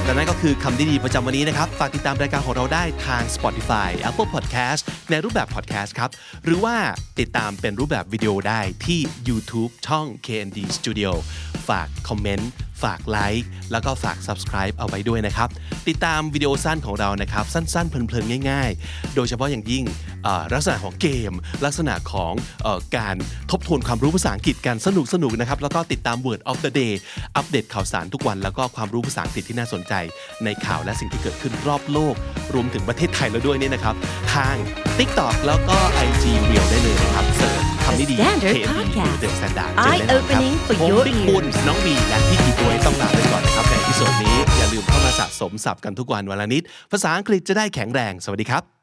[SPEAKER 4] และนั่นก็คือคำดีๆประจำวันนี้นะครับ ฝากติดตามรายการของเราได้ทาง Spotify Apple Podcast ในรูปแบบ podcast ครับ หรือว่าติดตามเป็นรูปแบบวิดีโอได้ที่ YouTube ช่อง KND Studio ฝากคอมเมนต์ ฝากไลค์แล้วก็ฝาก subscribe เอาไว้ด้วยนะครับ ติดตามวิดีโอสั้นของเรานะครับ สั้นๆ เพลินๆ ง่ายๆ โดยเฉพาะอย่างยิ่งเอ่อลักษณะของเกม ลักษณะของเอ่อการทบทวนความรู้ภาษาอังกฤษกันสนุกสนุกๆนะครับ แล้วก็ติดตาม Word of the Day อัปเดตข่าวสารทุกวัน แล้วก็ความรู้ภาษาอังกฤษที่น่าสนใจ ในข่าวและสิ่งที่เกิดขึ้นรอบโลก รวมถึงประเทศไทยแล้วด้วยเนี่ยนะครับ ทาง TikTok แล้วก็ IG Reel ได้เลยนะครับเสิร์ชคำนี้ดี
[SPEAKER 5] Standard
[SPEAKER 4] KND
[SPEAKER 5] Podcast
[SPEAKER 4] The Standard เจอแน่นอนครับ
[SPEAKER 5] Eye-opening for
[SPEAKER 4] ผม
[SPEAKER 5] your
[SPEAKER 4] บิ๊กบุญ
[SPEAKER 5] ears
[SPEAKER 4] น้องวีและพี่กีบวยต้องลาไปก่อนนะครับในที่สุดนี้ อย่าลืมเข้ามาสะสมศัพท์กันทุกวันวันละนิด ภาษาอังกฤษจะได้แข็งแรง สวัสดีครับ